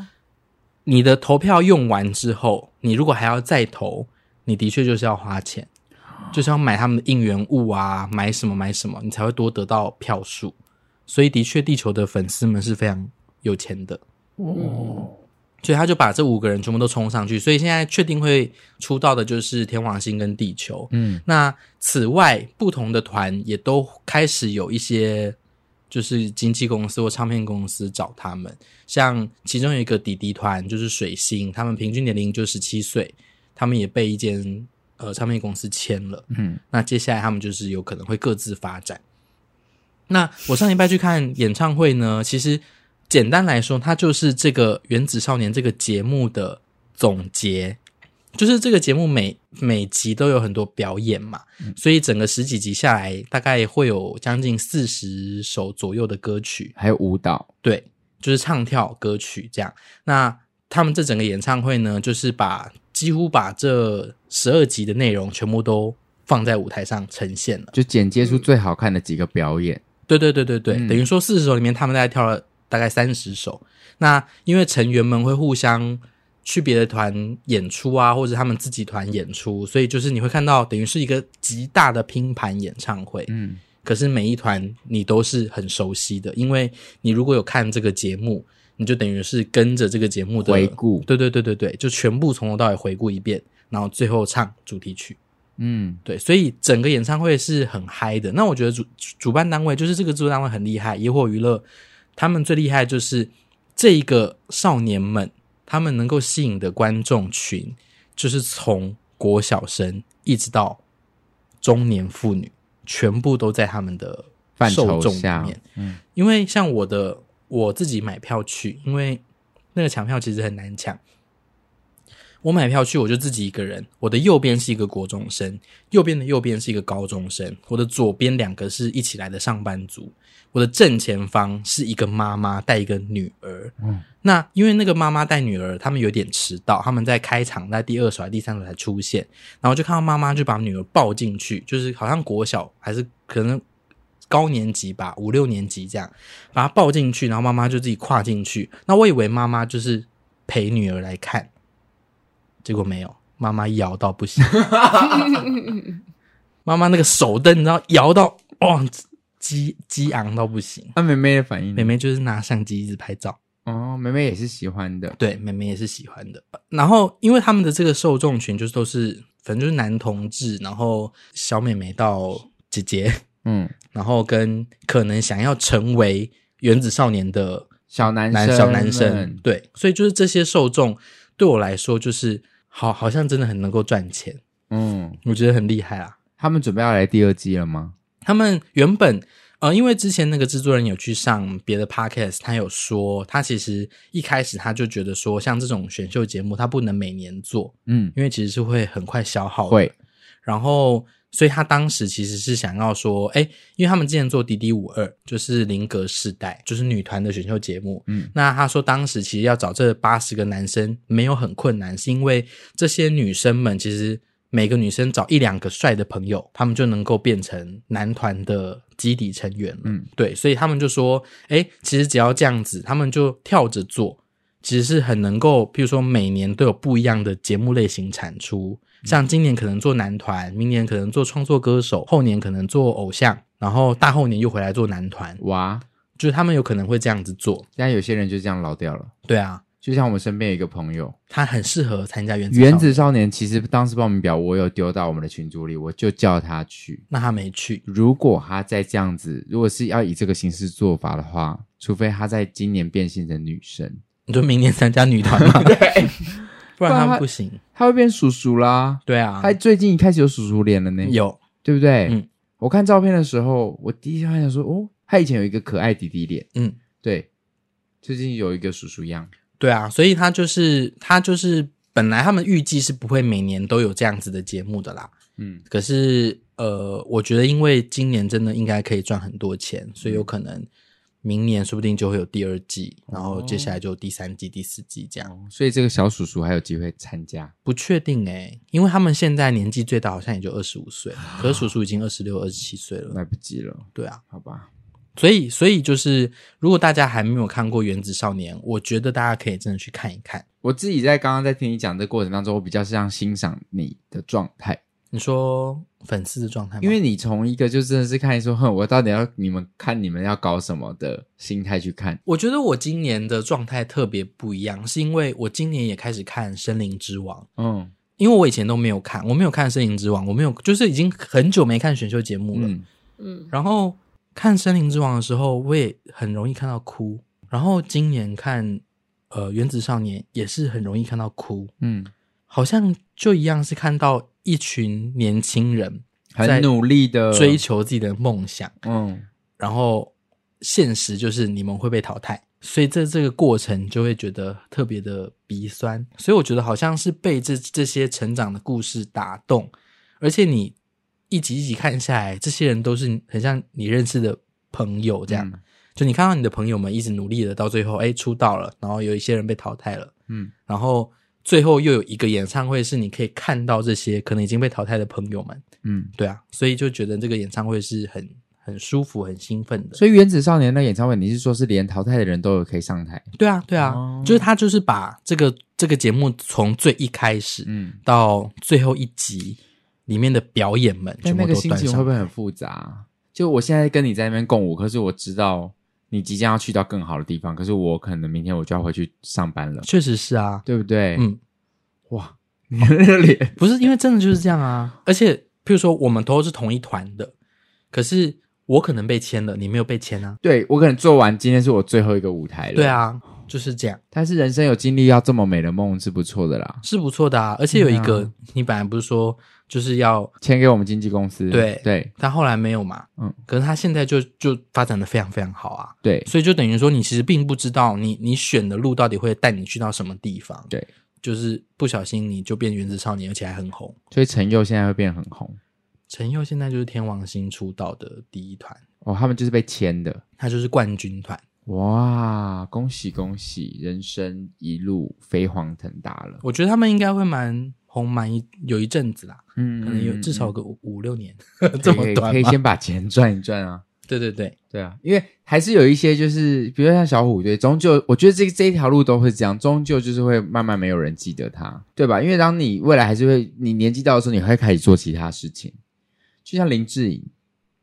[SPEAKER 2] 你的投票用完之后，你如果还要再投，你的确就是要花钱，就是要买他们的应援物啊，买什么买什么，你才会多得到票数。所以的确，地球的粉丝们是非常有钱的。所以他就把这五个人全部都冲上去，所以现在确定会出道的就是天王星跟地球。
[SPEAKER 1] 嗯，
[SPEAKER 2] 那此外，不同的团也都开始有一些就是经纪公司或唱片公司找他们，像其中有一个弟弟团就是水星，他们平均年龄就十七岁，他们也被一间呃唱片公司签了。
[SPEAKER 1] 嗯，
[SPEAKER 2] 那接下来他们就是有可能会各自发展。那我上礼拜去看演唱会呢，其实简单来说，它就是这个《原子少年》这个节目的总结，就是这个节目每每集都有很多表演嘛，所以整个十几集下来，大概会有将近四十首左右的歌曲。
[SPEAKER 1] 还有舞蹈，
[SPEAKER 2] 对，就是唱跳歌曲这样。那他们这整个演唱会呢，就是把几乎把这十二集的内容全部都放在舞台上呈现了。
[SPEAKER 1] 就剪接出最好看的几个表演。
[SPEAKER 2] 对对对对对，
[SPEAKER 1] 嗯
[SPEAKER 2] 等于说四十首里面，他们大概跳了大概三十首。那因为成员们会互相去别的团演出啊，或者他们自己团演出，所以就是你会看到，等于是一个极大的拼盘演唱会。
[SPEAKER 1] 嗯，
[SPEAKER 2] 可是每一团你都是很熟悉的，因为你如果有看这个节目，你就等于是跟着这个节目的
[SPEAKER 1] 回顾
[SPEAKER 2] 对对对对对，就全部从头到尾回顾一遍，然后最后唱主题曲。
[SPEAKER 1] 嗯，
[SPEAKER 2] 对，所以整个演唱会是很嗨的。那我觉得主主办单位就是这个制作单位很厉害，野火娱乐他们最厉害就是这一个少年们，他们能够吸引的观众群，就是从国小生一直到中年妇女，全部都在他们的
[SPEAKER 1] 范
[SPEAKER 2] 受
[SPEAKER 1] 畴
[SPEAKER 2] 众里
[SPEAKER 1] 下
[SPEAKER 2] 面。，
[SPEAKER 1] 嗯，
[SPEAKER 2] 因为像我的我自己买票去，因为那个抢票其实很难抢。我买票去，我就自己一个人。我的右边是一个国中生，右边的右边是一个高中生，我的左边两个是一起来的上班族，我的正前方是一个妈妈带一个女儿。
[SPEAKER 1] 嗯
[SPEAKER 2] 嗯，那因为那个妈妈带女儿，他们有点迟到，他们在开场在第二首还是第三首才出现，然后就看到妈妈就把女儿抱进去，就是好像国小还是可能高年级吧，五六年级这样，把她抱进去，然后妈妈就自己跨进去。那我以为妈妈就是陪女儿来看，结果没有，妈妈摇到不行，妈妈那个手灯，你知道摇到哇，激激昂到不行。
[SPEAKER 1] 那、妹妹的反应呢，
[SPEAKER 2] 妹妹就是拿相机一直拍照，
[SPEAKER 1] 哦，妹妹也是喜欢的，
[SPEAKER 2] 对，妹妹也是喜欢的。然后，因为他们的这个受众群就是都是，反正就是男同志，然后小妹妹到姐姐，
[SPEAKER 1] 嗯，
[SPEAKER 2] 然后跟可能想要成为原子少年的
[SPEAKER 1] 小男
[SPEAKER 2] 男
[SPEAKER 1] 生
[SPEAKER 2] 小男生
[SPEAKER 1] 们，
[SPEAKER 2] 对，所以就是这些受众对我来说，就是好，好像真的很能够赚钱，
[SPEAKER 1] 嗯，
[SPEAKER 2] 我觉得很厉害啊啦。
[SPEAKER 1] 他们准备要来第二季了吗？
[SPEAKER 2] 他们原本呃，因为之前那个制作人有去上别的 podcast，他有说，他其实一开始他就觉得说，像这种选秀节目，他不能每年做，
[SPEAKER 1] 嗯，
[SPEAKER 2] 因为其实是会很快消耗的。
[SPEAKER 1] 会，
[SPEAKER 2] 然后，所以他当时其实是想要说，哎，因为他们之前做《迪迪五二》，就是林格世代，就是女团的选秀节目。
[SPEAKER 1] 嗯，
[SPEAKER 2] 那他说当时其实要找这八十个男生没有很困难，是因为这些女生们其实每个女生找一两个帅的朋友，他们就能够变成男团的基底成员了。
[SPEAKER 1] 嗯，
[SPEAKER 2] 对，所以他们就说，哎，其实只要这样子，他们就跳着做。其实是很能够，譬如说每年都有不一样的节目类型产出，像今年可能做男团，明年可能做创作歌手，后年可能做偶像，然后大后年又回来做男团，
[SPEAKER 1] 哇，
[SPEAKER 2] 就是他们有可能会这样子做。
[SPEAKER 1] 现在有些人就这样老掉了，
[SPEAKER 2] 对啊，
[SPEAKER 1] 就像我们身边有一个朋友，
[SPEAKER 2] 他很适合参加原子少
[SPEAKER 1] 原
[SPEAKER 2] 年，
[SPEAKER 1] 子少年，其实当时报名表我有丢到我们的群组里，我就叫他去。
[SPEAKER 2] 那他没去，
[SPEAKER 1] 如果他再这样子，如果是要以这个形式做法的话，除非他在今年变性成女生，
[SPEAKER 2] 你就明年参加女团嘛。不然他
[SPEAKER 1] 不然他
[SPEAKER 2] 们不行。
[SPEAKER 1] 他会变叔叔啦。
[SPEAKER 2] 对啊，
[SPEAKER 1] 他最近一开始有叔叔脸了呢，
[SPEAKER 2] 有
[SPEAKER 1] 对不对？
[SPEAKER 2] 嗯
[SPEAKER 1] 我看照片的时候，我第一下想说，哦，他以前有一个可爱弟弟脸，
[SPEAKER 2] 嗯，
[SPEAKER 1] 对，最近有一个叔叔样，
[SPEAKER 2] 对啊，所以他就是他就是本来他们预计是不会每年都有这样子的节目的啦。
[SPEAKER 1] 嗯，
[SPEAKER 2] 可是呃，我觉得因为今年真的应该可以赚很多钱，所以有可能明年说不定就会有第二季，然后接下来就有第三季、第四季这样，
[SPEAKER 1] 哦所以这个小叔叔还有机会参加。
[SPEAKER 2] 不确定诶、因为他们现在年纪最大好像也就二十五岁，可是叔叔已经二十六、二十七岁了。
[SPEAKER 1] 来不及了，
[SPEAKER 2] 对啊，
[SPEAKER 1] 好吧？
[SPEAKER 2] 所以所以就是，如果大家还没有看过《原子少年》，我觉得大家可以真的去看一看。
[SPEAKER 1] 我自己在刚刚在听你讲这过程当中，我比较像欣赏你的状态，
[SPEAKER 2] 你说粉丝的状态吗，
[SPEAKER 1] 因为你从一个就真的是看说，哼，我到底要你们看你们要搞什么的心态去看，
[SPEAKER 2] 我觉得我今年的状态特别不一样，是因为我今年也开始看《森林之王》，
[SPEAKER 1] 嗯
[SPEAKER 2] 因为我以前都没有看，我没有看《森林之王》，我没有，就是已经很久没看选秀节目了。
[SPEAKER 1] 嗯，
[SPEAKER 3] 嗯，
[SPEAKER 2] 然后看《森林之王》的时候，我也很容易看到哭。然后今年看呃《原子少年》也是很容易看到哭，
[SPEAKER 1] 嗯，
[SPEAKER 2] 好像就一样是看到一群年轻人在
[SPEAKER 1] 很努力的
[SPEAKER 2] 追，求自己的梦想。
[SPEAKER 1] 嗯
[SPEAKER 2] 然后现实就是你们会被淘汰，所以在这个过程就会觉得特别的鼻酸。所以我觉得好像是被这这些成长的故事打动，而且你一集一集看下来，这些人都是很像你认识的朋友这样。
[SPEAKER 1] 嗯
[SPEAKER 2] 就你看到你的朋友们一直努力的，到最后哎出道了，然后有一些人被淘汰了，
[SPEAKER 1] 嗯，
[SPEAKER 2] 然后最后又有一个演唱会是你可以看到这些可能已经被淘汰的朋友们，
[SPEAKER 1] 嗯。
[SPEAKER 2] 对啊，所以就觉得这个演唱会是很很舒服、很兴奋的。
[SPEAKER 1] 所以《原子少年》那演唱会，你是说是连淘汰的人都有可以上台？
[SPEAKER 2] 对啊，对啊，
[SPEAKER 1] 哦
[SPEAKER 2] 就是他就是把这个这个节目从最一开始
[SPEAKER 1] 嗯，
[SPEAKER 2] 到最后一集里面的表演们
[SPEAKER 1] 但
[SPEAKER 2] 全
[SPEAKER 1] 那
[SPEAKER 2] 部
[SPEAKER 1] 个
[SPEAKER 2] 都
[SPEAKER 1] 心
[SPEAKER 2] 端
[SPEAKER 1] 情会
[SPEAKER 2] 上
[SPEAKER 1] 不。会很复杂啊？就我现在跟你在那边共舞，可是我知道你即将要去到更好的地方，可是我可能明天我就要回去上班了，
[SPEAKER 2] 确实是啊，
[SPEAKER 1] 对不对？，
[SPEAKER 2] 嗯，
[SPEAKER 1] 哇，你的那个脸，
[SPEAKER 2] 不是因为真的就是这样啊。而且，譬如说我们都是同一团的，可是我可能被签了，你没有被签啊。
[SPEAKER 1] 对我可能做完今天是我最后一个舞台了。
[SPEAKER 2] 对，啊，就是这样，
[SPEAKER 1] 但是人生有经历要这么美的梦是不错的啦。
[SPEAKER 2] 是不错的啊。而且有一个，
[SPEAKER 1] 嗯
[SPEAKER 2] 你本来不是说就是要
[SPEAKER 1] 签给我们经纪公司，
[SPEAKER 2] 对
[SPEAKER 1] 对
[SPEAKER 2] 他后来没有嘛，
[SPEAKER 1] 嗯
[SPEAKER 2] 嗯，可是他现在就就发展的非常非常好啊，
[SPEAKER 1] 对，
[SPEAKER 2] 所以就等于说你其实并不知道你你选的路到底会带你去到什么地方，
[SPEAKER 1] 对，
[SPEAKER 2] 就是不小心你就变原子少年，而且还很红。
[SPEAKER 1] 所以陈佑现在会变很红
[SPEAKER 2] 陈佑现在就是天王星出道的第一团，
[SPEAKER 1] 哦，他们就是被签的。
[SPEAKER 2] 他就是冠军团，
[SPEAKER 1] 哇，恭喜恭喜，人生一路飞黄腾达了。
[SPEAKER 2] 我觉得他们应该会蛮红蛮一有一阵子啦，
[SPEAKER 1] 嗯
[SPEAKER 2] 可能有
[SPEAKER 1] 嗯
[SPEAKER 2] 至
[SPEAKER 1] 嗯
[SPEAKER 2] 少有个五五六年
[SPEAKER 1] 可以
[SPEAKER 2] 这
[SPEAKER 1] 可
[SPEAKER 2] 么
[SPEAKER 1] 以
[SPEAKER 2] 短
[SPEAKER 1] 可以
[SPEAKER 2] 吗？
[SPEAKER 1] 先把钱赚一赚啊。
[SPEAKER 2] 对对对，
[SPEAKER 1] 对啊，因为还是有一些就是，比如像小虎队，终究我觉得这这一条路都会这样，终究就是会慢慢没有人记得他，对吧？因为当你未来还是会，你年纪到的时候，你会开始做其他事情，就像林志颖，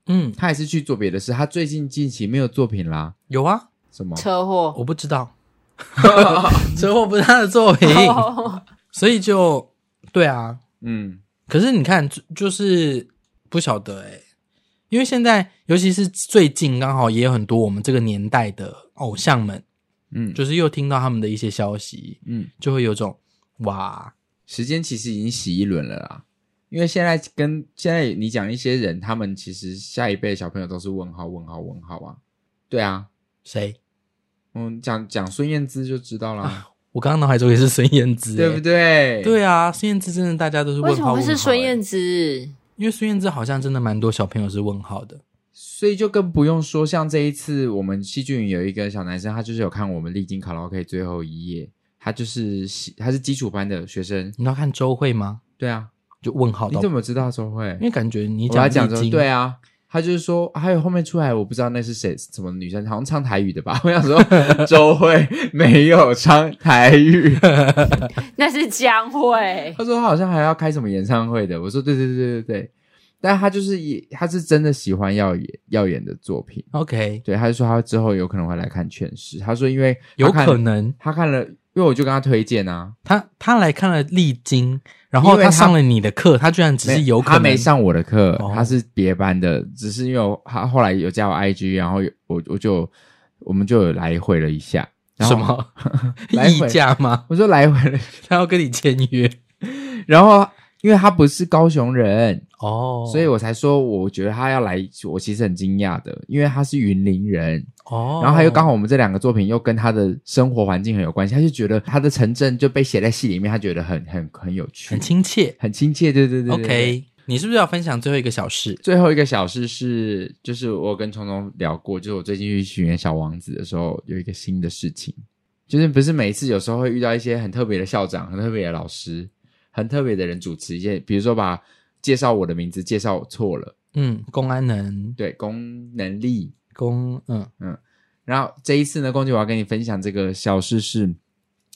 [SPEAKER 2] 嗯，
[SPEAKER 1] 他也是去做别的事，他最近近期没有作品啦，
[SPEAKER 2] 有啊，
[SPEAKER 1] 什么？
[SPEAKER 3] 车祸，
[SPEAKER 2] 我不 知道，车祸不是他的作品，
[SPEAKER 3] 哦
[SPEAKER 2] 所以就对啊，
[SPEAKER 1] 嗯，
[SPEAKER 2] 可是你看，就就是不晓得哎、因为现在尤其是最近刚好也有很多我们这个年代的偶像们，
[SPEAKER 1] 嗯
[SPEAKER 2] 就是又听到他们的一些消息，
[SPEAKER 1] 嗯，
[SPEAKER 2] 就会有种哇，
[SPEAKER 1] 时间其实已经洗一轮了啦。因为现在跟现在你讲一些人，他们其实下一辈的小朋友都是问号问号问号啊，对啊，
[SPEAKER 2] 谁？
[SPEAKER 1] 嗯，讲讲孙燕姿就知道啦，
[SPEAKER 2] 我刚刚脑海中也是孙燕姿、欸
[SPEAKER 1] 对不？对？
[SPEAKER 2] 啊对啊，孙燕姿真的大家都是问
[SPEAKER 3] 为
[SPEAKER 2] 号
[SPEAKER 3] 什么会
[SPEAKER 2] 问
[SPEAKER 3] 是
[SPEAKER 2] 号
[SPEAKER 3] 孙
[SPEAKER 2] 欸
[SPEAKER 3] 燕？姿？
[SPEAKER 2] 因为孙燕姿好像真的蛮多小朋友是问号的。
[SPEAKER 1] 所以就更不用说，像这一次我们戏剧营有一个小男生，他就是有看我们历经卡拉 OK 最后一夜，他就是喜他是基础班的学生，
[SPEAKER 2] 你要看周慧吗？
[SPEAKER 1] 对啊，
[SPEAKER 2] 就问号
[SPEAKER 1] 你
[SPEAKER 2] 到，
[SPEAKER 1] 怎么知道周慧？
[SPEAKER 2] 因为感觉你
[SPEAKER 1] 我要
[SPEAKER 2] 讲
[SPEAKER 1] 讲
[SPEAKER 2] 历
[SPEAKER 1] 周
[SPEAKER 2] 经
[SPEAKER 1] 对啊，他就是说，啊还有后面出来我不知道那是谁，什么女生，好像唱台语的吧？我想说周慧没有唱台语，
[SPEAKER 3] 那是江蕙，
[SPEAKER 1] 他说他好像还要开什么演唱会的，我说对对对对对，但他就是也他是真的喜欢耀眼耀眼的作品。
[SPEAKER 2] ，OK，
[SPEAKER 1] 对，他就说他之后有可能会来看全市。他说因为他
[SPEAKER 2] 有
[SPEAKER 1] 看
[SPEAKER 2] 可能
[SPEAKER 1] 他看了，因为我就跟他推荐啊，
[SPEAKER 2] 他他来看了历经，然后他上了你的课，他居然只是
[SPEAKER 1] 没
[SPEAKER 2] 有可能
[SPEAKER 1] 他没上我的课，
[SPEAKER 2] 哦
[SPEAKER 1] 他是别班的，只是因为我他后来有加我 IG，然后有我我就我们就有来回了一下，然
[SPEAKER 2] 什
[SPEAKER 1] 后
[SPEAKER 2] 么
[SPEAKER 1] 来回
[SPEAKER 2] 议价吗？
[SPEAKER 1] 我说来回了，
[SPEAKER 2] 他要跟你签约
[SPEAKER 1] 然后因为他不是高雄人，
[SPEAKER 2] 哦，
[SPEAKER 1] 所以我才说我觉得他要来，我其实很惊讶的，因为他是云林人，
[SPEAKER 2] 哦，
[SPEAKER 1] 然后他又刚
[SPEAKER 2] 好
[SPEAKER 1] 好我们这两个作品又跟他的生活环境很有关系，他就觉得他的城镇就被写在戏里面，他觉得很很很有趣，
[SPEAKER 2] 哦很亲切。
[SPEAKER 1] 很亲切，对对对对对
[SPEAKER 2] OK，你是不是要分享最后一个小事？
[SPEAKER 1] 最后一个小事是，就是我跟聪聪聊过，就是我最近去巡演《小王子》的时候，有一个新的事情，就是不是每一次有时候会遇到一些很特别的校长、很特别的老师、很特别的人主持一些，比如说把介绍我的名字介绍错了，
[SPEAKER 2] 嗯，公安能
[SPEAKER 1] 对，功能力。
[SPEAKER 2] 公嗯
[SPEAKER 1] 然后这一次呢，公姐我要跟你分享这个小事是，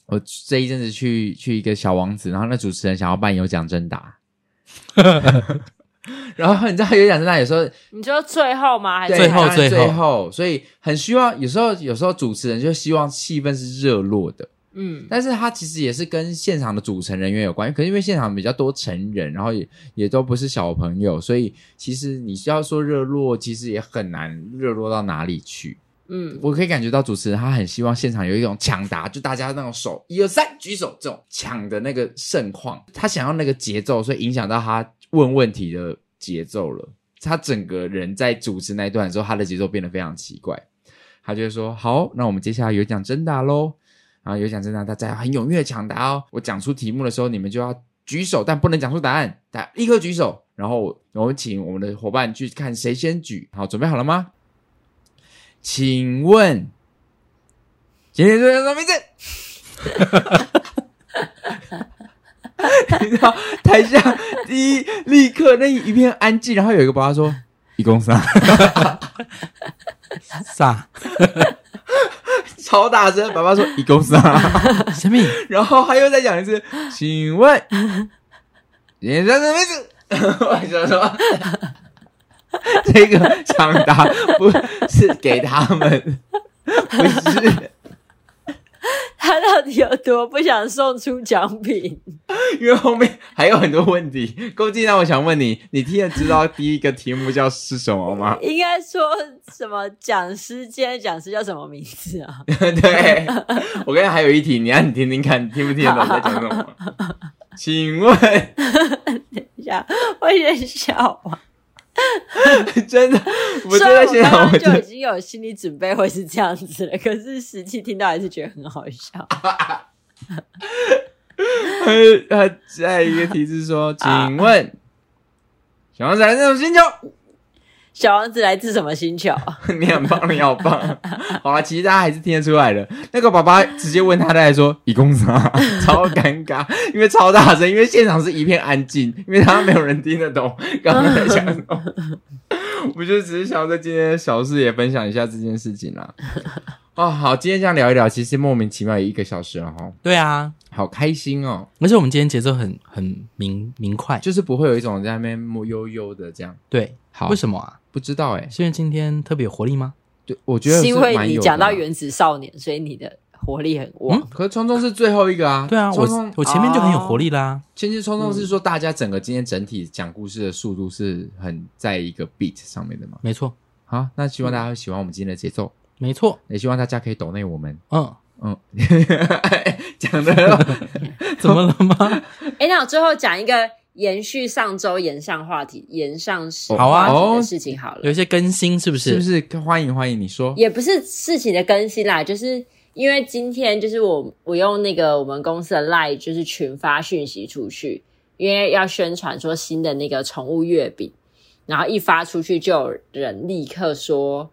[SPEAKER 1] 我这一阵子去去一个小王子，然后那主持人想要办有奖征答， 然后你知道有奖征答有时候
[SPEAKER 3] 你说最后吗？还是
[SPEAKER 1] 对
[SPEAKER 2] 最后
[SPEAKER 1] 当然最
[SPEAKER 2] 最后
[SPEAKER 1] 所以很希望有时候有时候主持人就希望气氛是热络的，
[SPEAKER 3] 嗯，
[SPEAKER 1] 但是他其实也是跟现场的组成人员有关，可是因为现场比较多成人，然后也也都不是小朋友，所以其实你要说热络，其实也很难热络到哪里去。
[SPEAKER 3] 嗯，
[SPEAKER 1] 我可以感觉到主持人他很希望现场有一种抢答，就大家那种手一二三举手这种抢的那个盛况，他想要那个节奏，所以影响到他问问题的节奏了。他整个人在主持那一段的时候，他的节奏变得非常奇怪。他就会说：“好，那我们接下来有奖征答喽。”然后有奖征答，大家很踊跃地抢答哦。我讲出题目的时候，你们就要举手，但不能讲出答案，大家立刻举手。然后我们请我们的伙伴去看谁先举。好，准备好了吗？请问，今天队长什么名字？ 你知道台下第一立刻那一片安静，然后有一个爸爸说：“一公三。”
[SPEAKER 2] 啥？
[SPEAKER 1] 超大声，爸爸说一公三，
[SPEAKER 2] 小米
[SPEAKER 1] 然后他又再讲一次，请问人家什么意思？ 我想说， 这个抢答不是给他们， 不是
[SPEAKER 3] 他到底有多不想送出奖品？？
[SPEAKER 1] 因为后面还有很多问题。郭靖，那我想问你，你听得知道第一个题目叫是什么吗
[SPEAKER 3] 应该说什么讲师？今天讲师叫什么名字啊？
[SPEAKER 1] 对，我刚才还有一题，你让你听听看，你听不听得懂我在讲什么？请问。
[SPEAKER 3] 等一下，我有点笑啊。
[SPEAKER 1] 真的，我
[SPEAKER 3] 虽
[SPEAKER 1] 真
[SPEAKER 3] 然
[SPEAKER 1] 的
[SPEAKER 3] 我
[SPEAKER 1] 现场，
[SPEAKER 3] 刚刚
[SPEAKER 1] 我真
[SPEAKER 3] 就 已
[SPEAKER 1] 的
[SPEAKER 3] 经有心理准备会是这样子了，可是实际听到还是觉得很好笑。
[SPEAKER 1] 他他呃下一个提示说，请问小王子来自什么星球？
[SPEAKER 3] 小王子来自什么星球？
[SPEAKER 1] 你很棒，你好棒。好了，其实大家还是听得出来的。那个爸爸直接问他，他还说 一共啥？超尴尬，因为超大声，因为现场是一片安静，因为他没有人听得 懂刚刚在讲什么。我就只是想要在今天的小事也分享一下这件事情 啦。哦，好，今天这样聊一聊，其实莫名其妙也一个小时了哈，
[SPEAKER 2] 对啊，
[SPEAKER 1] 好开心哦。
[SPEAKER 2] 而且我们今天节奏很很明明快，
[SPEAKER 1] 就是不会有一种在那边摸悠悠的这样。
[SPEAKER 2] 对，
[SPEAKER 1] 好
[SPEAKER 2] 为什么啊？
[SPEAKER 1] 不知道哎、
[SPEAKER 2] 是因为今天特别有活力吗？
[SPEAKER 1] 对，我觉得
[SPEAKER 3] 是
[SPEAKER 1] 是
[SPEAKER 3] 因为
[SPEAKER 1] 蛮
[SPEAKER 3] 你
[SPEAKER 1] 有的
[SPEAKER 3] 讲到
[SPEAKER 1] 啊，
[SPEAKER 3] 原子少年，所以你的活力很旺。
[SPEAKER 2] 嗯
[SPEAKER 1] 可是聪聪是最后一个啊。
[SPEAKER 2] 对啊，
[SPEAKER 1] 聪聪
[SPEAKER 2] 我我前面就很有活。
[SPEAKER 1] 哦
[SPEAKER 2] 力啦。
[SPEAKER 1] 前期聪聪是说大家整个今天整体讲故事的速度是很在一个 beat 上面的嘛？
[SPEAKER 2] 没错，
[SPEAKER 1] 好，那希望大家会喜欢我们今天的节奏，
[SPEAKER 2] 没错，
[SPEAKER 1] 也希望大家可以抖内我们。
[SPEAKER 2] 嗯，
[SPEAKER 1] 嗯，讲的
[SPEAKER 2] 怎么了吗？
[SPEAKER 1] 嗯
[SPEAKER 3] 哎、那我最后讲一个延续上周延上话题、延上是
[SPEAKER 2] 好啊
[SPEAKER 1] 哦
[SPEAKER 3] 话题的事情好了。
[SPEAKER 2] 有一些更新是不 是？
[SPEAKER 1] 是不是欢迎欢迎？你说
[SPEAKER 3] 也不是事情的更新啦，就是因为今天就是我我用那个我们公司的 Line 就是群发讯息出去，因为要宣传说新的那个宠物月饼，然后一发出去就有人立刻说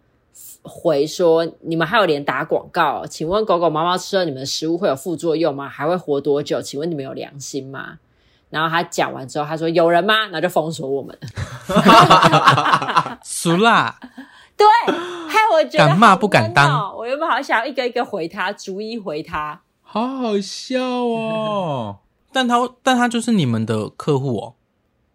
[SPEAKER 3] 回说你们还有连打广告，请问狗狗猫猫吃了你们的食物会有副作用吗？还会活多久？请问你们有良心吗？然后他讲完之后，他说有人吗？然后就封锁我们。
[SPEAKER 2] 熟啦？
[SPEAKER 3] 对，害我觉得
[SPEAKER 2] 敢骂
[SPEAKER 3] 好
[SPEAKER 2] 不敢
[SPEAKER 3] 闷哦
[SPEAKER 2] 当。
[SPEAKER 3] 我原本好想要一个一个回他，逐一回他。
[SPEAKER 1] 好好笑哦，
[SPEAKER 2] 但他但他就是你们的客户哦。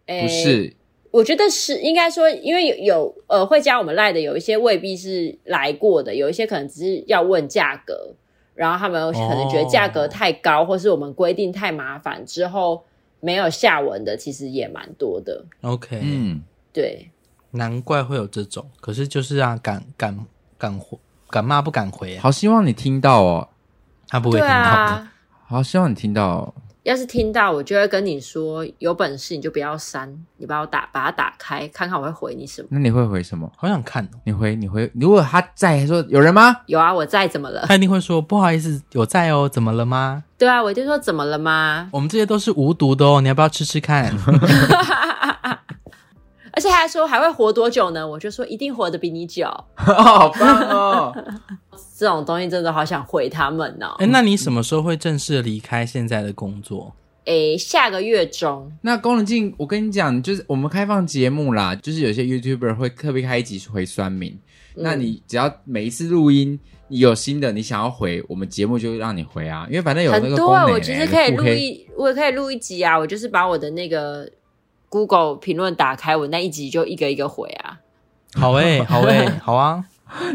[SPEAKER 3] 诶
[SPEAKER 1] 不，是
[SPEAKER 3] 我觉得是应该说，因为有有呃会加我们赖的，有一些未必是来过的，有一些可能只是要问价格，然后他们可能觉得价格太高，或是我们规定太麻烦，之后没有下文的，其实也蛮多的。
[SPEAKER 2] OK，、
[SPEAKER 1] 嗯。
[SPEAKER 3] 对，
[SPEAKER 2] 难怪会有这种。可是就是啊，敢敢敢回敢骂不敢回啊。
[SPEAKER 1] 好希望你听到哦，
[SPEAKER 2] 他不会
[SPEAKER 3] 对
[SPEAKER 2] 听到的。
[SPEAKER 3] 啊，
[SPEAKER 1] 好，希望你听到。
[SPEAKER 3] 要是听到，我就会跟你说，有本事你就不要删，你把我打把它打开，看看我会回你什么。
[SPEAKER 1] 那你会回什么？
[SPEAKER 2] 好想看哦，
[SPEAKER 1] 你回你回，如果他在说有人吗？
[SPEAKER 3] 有啊，我在怎么了？
[SPEAKER 2] 他一定会说不好意思，有在哦，怎么了吗？
[SPEAKER 3] 对啊，我就说怎么了吗？
[SPEAKER 2] 我们这些都是无毒的哦，你要不要吃吃看？
[SPEAKER 3] 而且他还说还会活多久呢？我就说一定活得比你久。
[SPEAKER 1] 哦，好棒哦！
[SPEAKER 3] 这种东西真的好想回他们哦。
[SPEAKER 1] 嗯
[SPEAKER 2] 哎，那你什么时候会正式离开现在的工作？
[SPEAKER 3] 诶，下个月中
[SPEAKER 1] 那宫仁静，我跟你讲，就是我们开放节目啦，就是有些 YouTuber 会特别开一集回酸民，
[SPEAKER 3] 嗯
[SPEAKER 1] 那你只要每一次录音，你有新的你想要回，我们节目就让你回啊，因为反正有那
[SPEAKER 3] 很
[SPEAKER 1] 个
[SPEAKER 3] 多
[SPEAKER 1] 功
[SPEAKER 3] 啊，
[SPEAKER 1] 能、欸，
[SPEAKER 3] 我其实可以
[SPEAKER 1] 你腹
[SPEAKER 3] 录
[SPEAKER 1] 黑
[SPEAKER 3] 一，我也可以录一集啊。我就是把我的那个 Google 评论打开，我那一集就一个一个回啊。
[SPEAKER 2] 好哎，好哎，好啊，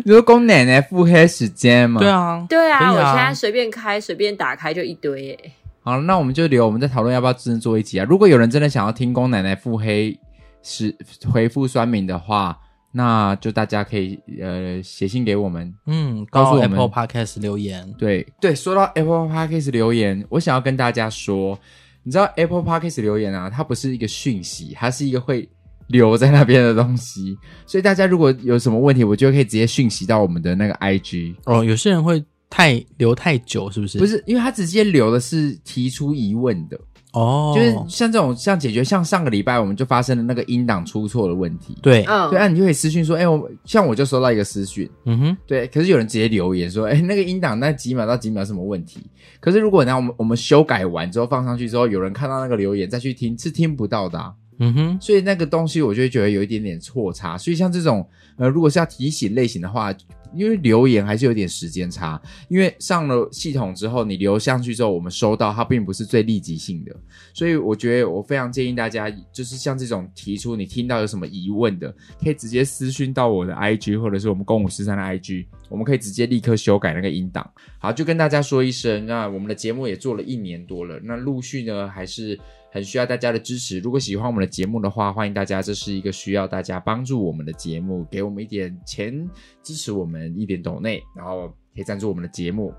[SPEAKER 1] 你说宫奶奶腹黑时间嘛？
[SPEAKER 2] 对。啊，
[SPEAKER 3] 对啊，
[SPEAKER 2] 可以
[SPEAKER 3] 我现
[SPEAKER 2] 啊
[SPEAKER 3] 在，随便开随便打开就一堆耶。
[SPEAKER 1] 好，那我们就留，我们再讨论要不要真的做一集啊。如果有人真的想要听宫奶奶腹黑是回复酸民的话，那就大家可以呃写信给我们。
[SPEAKER 2] 嗯，
[SPEAKER 1] 告诉
[SPEAKER 2] 到
[SPEAKER 1] 我们
[SPEAKER 2] Apple Podcast 留言，
[SPEAKER 1] 对对，说到 Apple Podcast 留言，我想要跟大家说，你知道 Apple Podcast 留言啊，它不是一个讯息，它是一个会留在那边的东西。所以大家如果有什么问题，我就可以直接讯息到我们的那个 IG。
[SPEAKER 2] 哦，有些人会太留太久，是不是？
[SPEAKER 1] 不，是，因为它直接留的是提出疑问的，
[SPEAKER 2] 哦，
[SPEAKER 1] 就是像这种像解决，像上个礼拜我们就发生了那个音档出错的问题。
[SPEAKER 2] 对，
[SPEAKER 3] 嗯，
[SPEAKER 1] 对啊，你就可以私讯说，哎、我像我就收到一个私讯，
[SPEAKER 2] 嗯哼，
[SPEAKER 1] 对，可是有人直接留言说，哎、那个音档那几秒到几秒什么问题？可是如果呢，我们我们修改完之后放上去之后，有人看到那个留言再去听，是听不到的、啊，
[SPEAKER 2] 嗯哼，
[SPEAKER 1] 所以那个东西我就会觉得有一点点错差。所以像这种呃，如果是要提醒类型的话，因为留言还是有点时间差，因为上了系统之后，你留上去之后，我们收到它并不是最立即性的，所以我觉得我非常建议大家，就是像这种提出你听到有什么疑问的，可以直接私讯到我的 IG 或者是我们公五十三的 IG，我们可以直接立刻修改那个音档。好，就跟大家说一声，那我们的节目也做了一年多了，那陆续呢还是很需要大家的支持。如果喜欢我们的节目的话，欢迎大家，这是一个需要大家帮助我们的节目，给我们一点钱支持我们一点抖内，然后可以赞助我们的节目。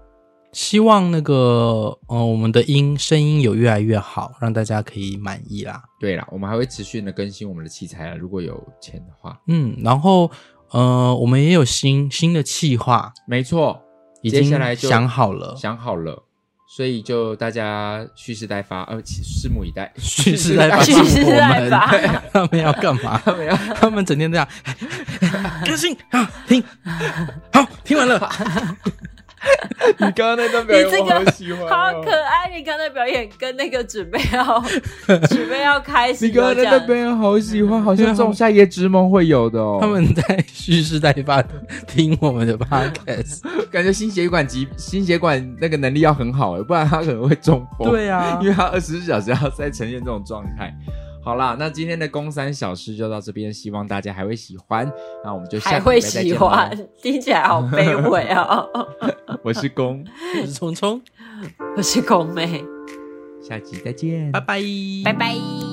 [SPEAKER 2] 希望那个，呃，我们的音声音有越来越好，让大家可以满意啦。
[SPEAKER 1] 对啦，我们还会持续的更新我们的器材啊，如果有钱的话，
[SPEAKER 2] 嗯，然后，呃，我们也有新新的企划，
[SPEAKER 1] 没错，
[SPEAKER 2] 已
[SPEAKER 1] 接下
[SPEAKER 2] 经
[SPEAKER 1] 来就
[SPEAKER 2] 想好了，
[SPEAKER 1] 想好了，所以就大家蓄势待发，呃，拭目以 待，
[SPEAKER 2] 蓄势 待发，
[SPEAKER 3] 蓄势待发
[SPEAKER 2] 我们 他们要干嘛？他们要，他们整天这样，更新啊，听，好，听完了，
[SPEAKER 1] 你刚刚那段
[SPEAKER 3] 表演你这个我好
[SPEAKER 1] 喜欢哦啊
[SPEAKER 3] 好可爱！你刚才表演跟那个准备要 准备要开始
[SPEAKER 1] 你
[SPEAKER 3] 都
[SPEAKER 1] 刚刚
[SPEAKER 3] 这
[SPEAKER 1] 那
[SPEAKER 3] 样
[SPEAKER 1] 段表演好喜欢，好像
[SPEAKER 2] 像
[SPEAKER 1] 种
[SPEAKER 2] 种
[SPEAKER 1] 下一夜之梦会有的哦。
[SPEAKER 2] 他们在 蓄势待发，听我们的 podcast。
[SPEAKER 1] 感觉心血管疾心血管那个能力要很好哎，不然他可能会中风。
[SPEAKER 2] 对啊
[SPEAKER 1] 因为他二十四小时要在呈现这种状态。好啦，那今天的公三小事就到这边，希望大家还会喜欢。那我们就下
[SPEAKER 3] 还
[SPEAKER 1] 个礼
[SPEAKER 3] 会
[SPEAKER 1] 拜再
[SPEAKER 3] 喜
[SPEAKER 1] 见咯
[SPEAKER 3] 欢。， 听起来好卑微哦。
[SPEAKER 1] 我是公，
[SPEAKER 2] 我是聪聪，
[SPEAKER 3] 我是宫妹，
[SPEAKER 1] 下集再见，
[SPEAKER 2] 拜拜，
[SPEAKER 3] 拜拜。